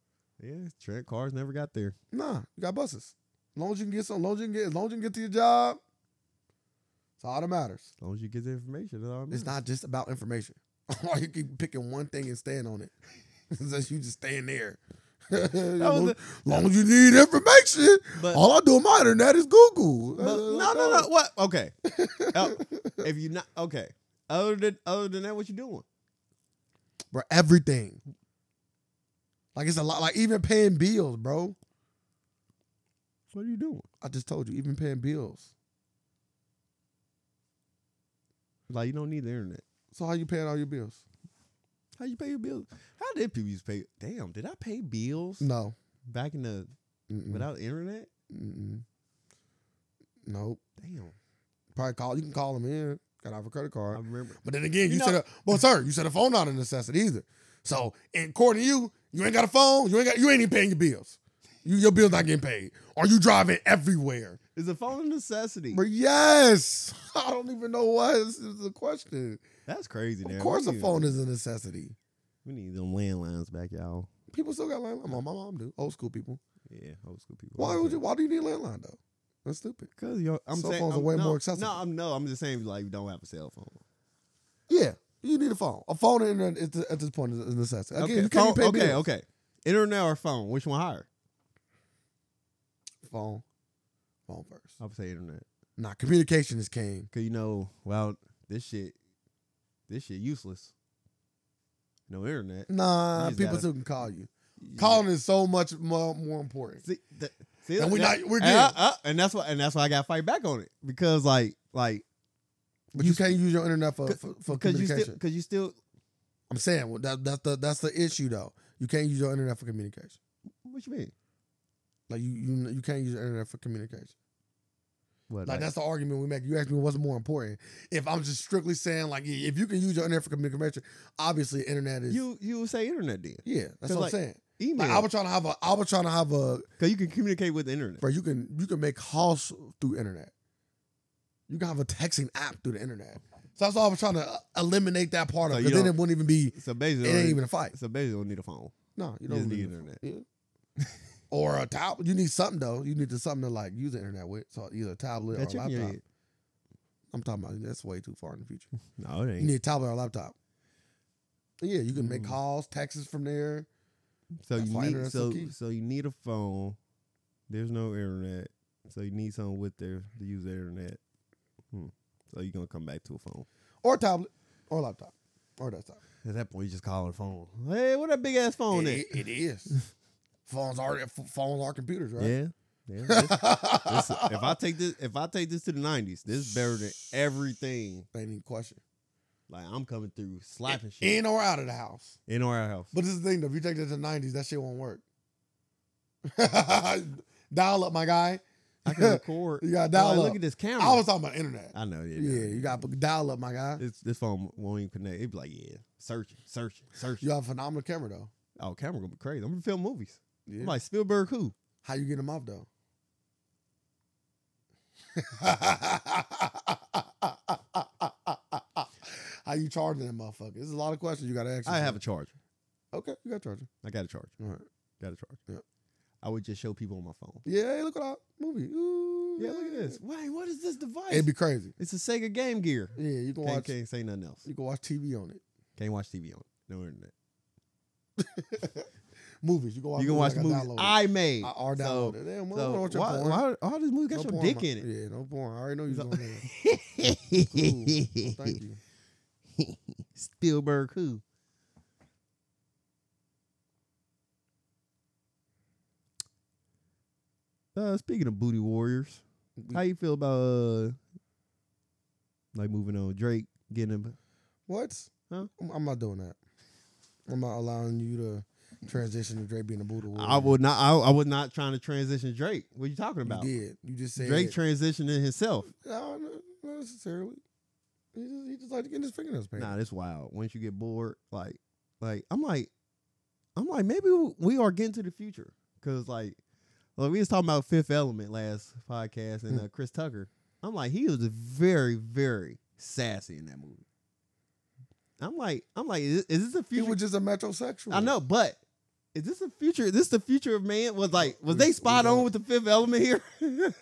yeah, Trent cars never got there. Nah, you got buses. As long as you can get some, as long as you can get, as long as you can get to your job, it's all that matters. As long as you get the information, that's all it It's matters. not just about information. <laughs> Or you keep picking one thing and staying on it. <laughs> Since you just staying there. <laughs> As long, was a- long as you need information, But, all I do on my internet is Google. Uh, but no, no, no. What? <laughs> Okay. Uh, if you not okay, other than other than that, what you doing? bro. Everything. Like it's a lot. Like even paying bills, bro. What are you doing? I just told you, even paying bills. Like you don't need the internet. So how you paying all your bills? How you pay your bills? How did people used to pay? Damn, did I pay bills No. Mm. back in the Mm-mm. without internet? Mm-mm. Nope. Damn, Probably call. You can call them in. Got off a credit I card. remember. But then again, you, You said, know- a, well, sir, you said a phone not a necessity either. So, and according to you, you ain't got a phone. You ain't got. You ain't even paying your bills. You, your bills not getting paid. Or you driving everywhere. Is a phone a necessity? But yes, <laughs> I don't even know why this is a question. That's crazy. Of man. course, We a need- phone is a necessity. We need them landlines back, y'all. People still got landline. My, my mom do. Old school people. Yeah, old school people. Why would you? Why do you need landline though? That's stupid. Because you I'm Cell saying phones are I'm- way no, more accessible. No, I'm no. I'm just saying like you don't have a cell phone. Yeah, you need a phone. A phone and internet is at this point is a necessity. Again, you okay, can't phone, even pay okay, bills. okay. Internet or phone? Which one higher? Phone, phone first. I would say internet. Nah, communication is king. Cause you know, well, this shit, this shit useless. No internet. Nah, You just people gotta- still can call you. You- Calling is so much more, more important. See, that, see, And we that- not- we're and, I- I- and that's why, and that's why I got to fight back on it because, like, like But you, can't use your internet for for, for because you communication. still, because you still, I'm saying well, that that's the that's the issue though. You can't use your internet for communication. what you mean? Like you you, you can't use your internet for communication. What? Like that's the argument we make. You ask me what's more important. If I'm just strictly saying like if you can use your internet for communication, obviously internet is you, you would say internet then yeah. That's 'Cause, what like, I'm saying. Like, I email was trying to have a, I was trying to have a, because you can communicate with the internet. bro. You can, you can make calls through internet. You can have a texting app through the internet. So that's why I was trying to uh, eliminate that part of So it. you 'cause Then it don't- wouldn't even be, So it basically, ain't even a fight. so basically, don't need a phone. No, you You don't just need need it. internet. or a tablet. You need something though. You need to, something to like use the internet with. So either a tablet That or a chicken you laptop. ate. I'm talking about that's way too far in the future. No, it You ain't. need a tablet or a laptop. Yeah, you can make Mm. calls, texts from there. So That's you why need internet's so so key. so you need a phone. There's no internet, so you need something with there to use the internet. Hmm. So you're gonna come back to a phone. or a tablet or a laptop or desktop. At that point, you just call it a phone. Hey, what that big ass phone? is? It- it is. <laughs> phones are f- phones are computers, right? <laughs> Yeah, yeah. This- this- if I take this, if I take this to the '90s, this is better than everything. Ain't even question. Like I'm coming through, slapping shit In or out of the house. in or out house. But this is the thing though, if you take that to the 90s, that shit won't work. <laughs> dial up, my guy. I <laughs> can record. You got Like, dial look up. at this camera. I was talking about internet. I know. Yeah, yeah, you got to dial up, my guy. This, this phone won't even connect. It'd be like, yeah, searching, searching, searching. You have a phenomenal camera though. Oh, camera gonna be crazy. I'm gonna film movies. Yeah. I'm like Spielberg who? How you get them off though? <laughs> How you charging that motherfucker? There's a lot of questions you gotta ask. I yourself. have a charger. Okay, you got a charger. I got a charger. All right. Got a charger. Yeah. I would just show people on my phone. Yeah, hey, look at that movie. Ooh, Yeah, look at this. Wait, what is this device? It'd be crazy. it's a Sega Game Gear. Yeah, you can Can't, watch. can't say nothing else. You can watch TV on it. Can't watch TV on. it. No internet. movies. You can watch. You can watch the movies Download I made. I are So- downloaded. Damn, I So don't watch your why, porn. why, all these movies got No your porn, dick my- in it. Yeah, no porn. I already know you was <laughs> So- on there. <laughs> Thank you. Spielberg, who? Uh, speaking of booty warriors, how you feel about uh, like moving on Drake getting him? What? Huh? I'm, I'm not doing that. I'm not allowing you to transition to Drake being a Buddha. I warrior. would not. I, I was not trying to transition Drake. What you talking about? You did. You just said Drake transitioning himself. no, no, not necessarily. He just, he just like to get his fingernails painted. Nah, that's wild. Once you get bored, like, like I'm like, I'm like, maybe we are getting to the future because like, like we was talking about Fifth Element last podcast and Hmm. uh, Chris Tucker. I'm like, he was very, very sassy in that movie. I'm like, I'm like, is, is this a he future? was just a metrosexual. I know, but is this a future? Is this the future of man? Was like, was We- they we spot don't- on with the Fifth Element here? <laughs>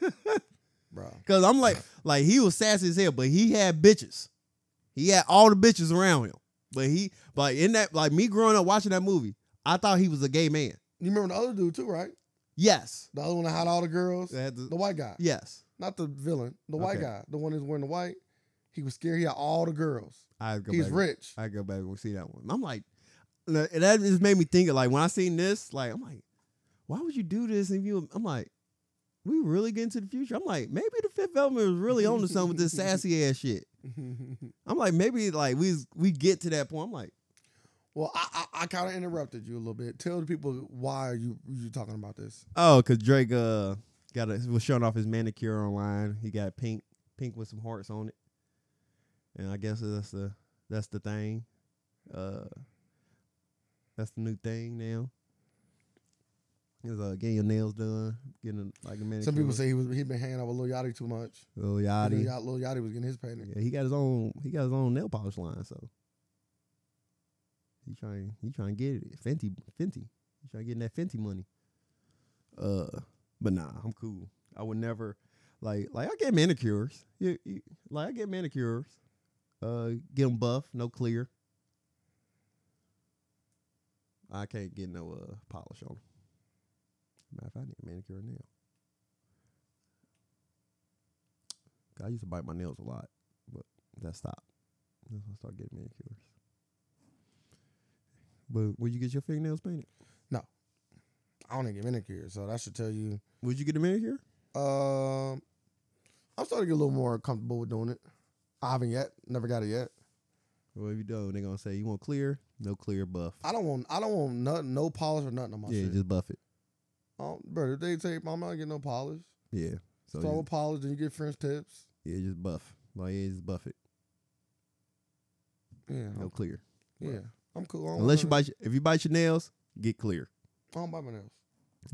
bro. Because I'm like, like he was sassy as hell, but he had bitches. He had all the bitches around him. But he, like in that, like me growing up watching that movie, I thought he was a gay man. You remember the other dude too, right? Yes. The other one that had all the girls. They had The to- white guy, yes. not the villain. The white Okay. guy, the one that's wearing the white. He was scared. He had all the girls. I go He's back. rich. I go back and see that one. I'm like, and that just made me think of like when I seen this, like I'm like, why would you do this? And you, I'm like, we really get into the future. I'm like, maybe the Fifth Element was really on to something with this <laughs> sassy ass shit. I'm like, maybe like we we get to that point. I'm like, <laughs> well, I I, I kind of interrupted you a little bit. Tell the people why are you you talking about this? Oh, cause Drake uh got a, was showing off his manicure online. He got pink, pink with some hearts on it, and I guess that's the that's the thing. Uh, that's the new thing now. Is uh getting your nails done, getting like a manicure. Some people say he was he been hanging out with Lil Yachty too much. Lil Lil Yachty. Yachty, Lil Yachty was getting his painting. Yeah, he got his own. He got his own nail polish line. So he trying. He trying to get it. Fenty. Fenty. He trying to get that Fenty money. Uh, but nah, I'm cool. I would never. Like, like I get manicures. You, you, like I get manicures. Uh, get them buff, no clear. I can't get no uh polish on 'em. Matter of fact, I need a manicure now. I used to bite my nails a lot, but that stopped. That's when I started getting manicures. But would you get your fingernails painted? I don't even get manicure, so that should tell you. Would you get a manicure? Um, I'm starting to get a little more comfortable with doing it. I haven't yet. Never got it yet. Well, if you don't, they're gonna say you want clear, no clear buff. I don't want. I don't want nothing. No polish or nothing on Ah, my yeah, shit. just buff it. um, bro, if they tape, I'm not getting no polish. Yeah. So Start just, with polish, then you get French tips. yeah, just buff. Like yeah, just buff it. Yeah, No I'm- clear. yeah. I'm cool. I don't Unless you bite, want your, if you bite your nails, get clear. nothing. I don't bite my nails.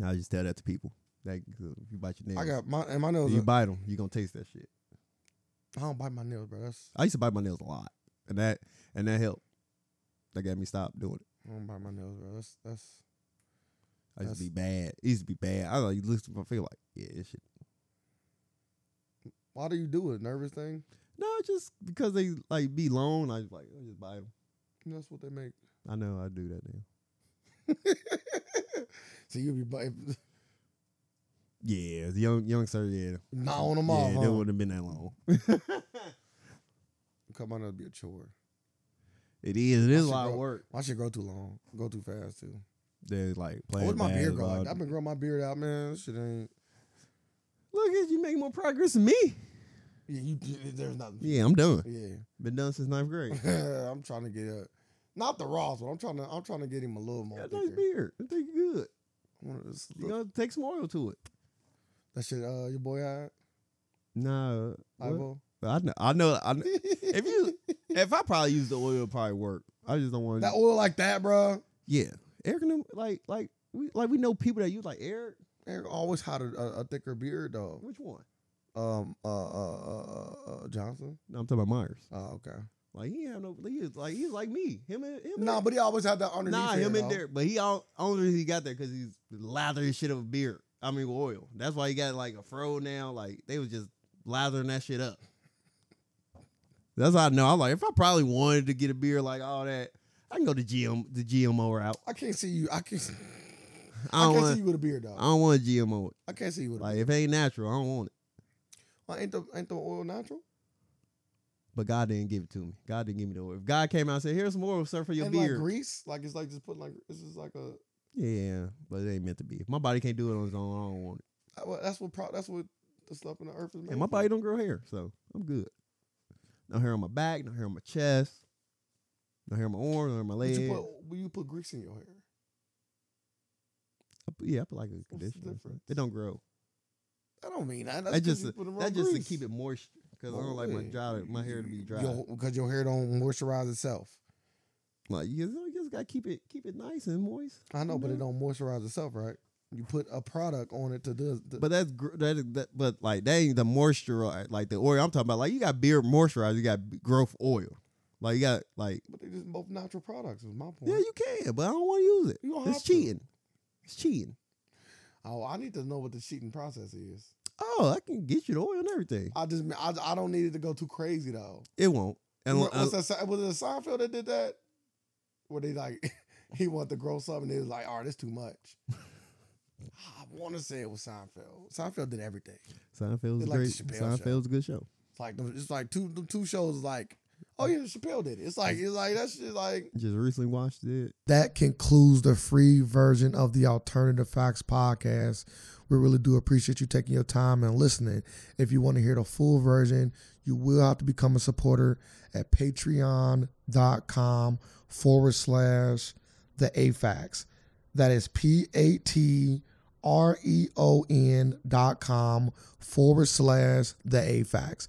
I just tell that to people. Like if you bite your nails, I got my and my nails. if you Are, bite them, you gonna taste that shit. I don't bite my nails, bro. That's I used to bite my nails a lot, and that and that helped. That got me stop doing it. I don't bite my nails, bro. That's that's I used to be bad. It used to be bad. I don't know. You look at my finger like, yeah, this shit. why do you do it? Nervous thing. No, just because they like be long. I just like, I just buy them. That's what they make. I know I do that now. so you be bite Yeah, the young young sir. Yeah, gnawing them yeah, off. that huh? wouldn't have been that long. Come on, that'd be a chore. It is. It is a should lot of grow- work. I should grow too long, go too fast too. They're like Oh, playing. What's my beard growing? basketball. Like? I've been growing my beard out, man. This Shit ain't. Look at you making more progress than me. Yeah, you. you- There's nothing. Yeah, I'm done. Yeah, Been done since ninth grade. <laughs> I'm trying to get a, not the Ross one. I'm trying to. I'm trying to get him a little <laughs> more. Got a thicker. nice beard. I think you're good. One of those You little- gotta take some oil to it. That shit. Uh, your boy had. Nah, what? Ivo. I know. I know. I <laughs> know. if you, if I probably use the oil, it probably work. I just don't want that oil like that, bro. Yeah, Eric, and them, like like we like we know people that use like Eric. Eric always had a, a, a thicker beard though. Which one? Um. Uh. Uh. Uh. uh, uh Johnson. No, I'm talking about Myers. Oh, okay. Like he have no. He is like he's like me. Him and him. Nah, and, but he always had that underneath. nah, hair, him and though. Derek. But he all only reason he got there because he's lathering shit of a beard. I mean, with oil. That's why you got like a fro now. Like they was just lathering that shit up. That's how I know. I'm like, if I probably wanted to get a beer like all that, I can go to GM the GMO route. I can't see you. I can't. I I, don't can't want. see you with a beard, I dog. don't want GMO. It. I can't see you with a Like beard. if it ain't natural, I don't want it. Well, ain't the ain't the oil natural? But God didn't give it to me. God didn't give me the oil. If God came out and said, "Here's some oil, sir, for your and beer," like grease, like it's like just putting like this is like a. yeah, but it ain't meant to be. If my body can't do it on its own, I don't want it. I- well, that's what pro, that's what the stuff in the earth is. made And my from. body don't grow hair, so I'm good. No hair on my back, no hair on my chest, no hair on my arms, no hair on my But legs. you put will you put grease in your hair? I put- yeah, I put like a the conditioner. or something. It difference? don't grow. I don't mean that. That's That 'cause just you put the that wrong just to grease. keep it moist because I don't like my Boy. dry, my hair to be dry. Yo, because your hair don't moisturize itself. Like you just, you just gotta keep it keep it nice and moist. I know, but No. it don't moisturize itself, right? You put a product on it to do. To, But that's gr- that, that but like that ain't the moisturizer like the oil I'm talking about. Like you got beard moisturizer, you got b- growth oil. Like you got like but they just both natural products. Is my point. yeah you can, but I don't want to use it. You don't It's have to. cheating. It's cheating. Oh, I need to know what the cheating process is. Oh, I can get you the oil and everything. I just I, I don't need it to go too crazy though. It won't. And Remember- uh, was, that, Se- was it a Seinfeld that did that? Where they like <laughs> he wanted to grow something, and they was like, "All right, it's too much." <laughs> I want to say it was Seinfeld. Seinfeld did everything. Seinfeld's It's like the great. Chappelle show. Seinfeld's a good show. It's like it's like two the two shows. Like, oh yeah, Chappelle did it. It's like it's like that's just like Just recently watched it. that concludes the free version of the Alternative Facts podcast. We really do appreciate you taking your time and listening. If you want to hear the full version, you will have to become a supporter at patreon.com forward slash the AFAX. That is P A T R E O N dot com forward slash the AFAX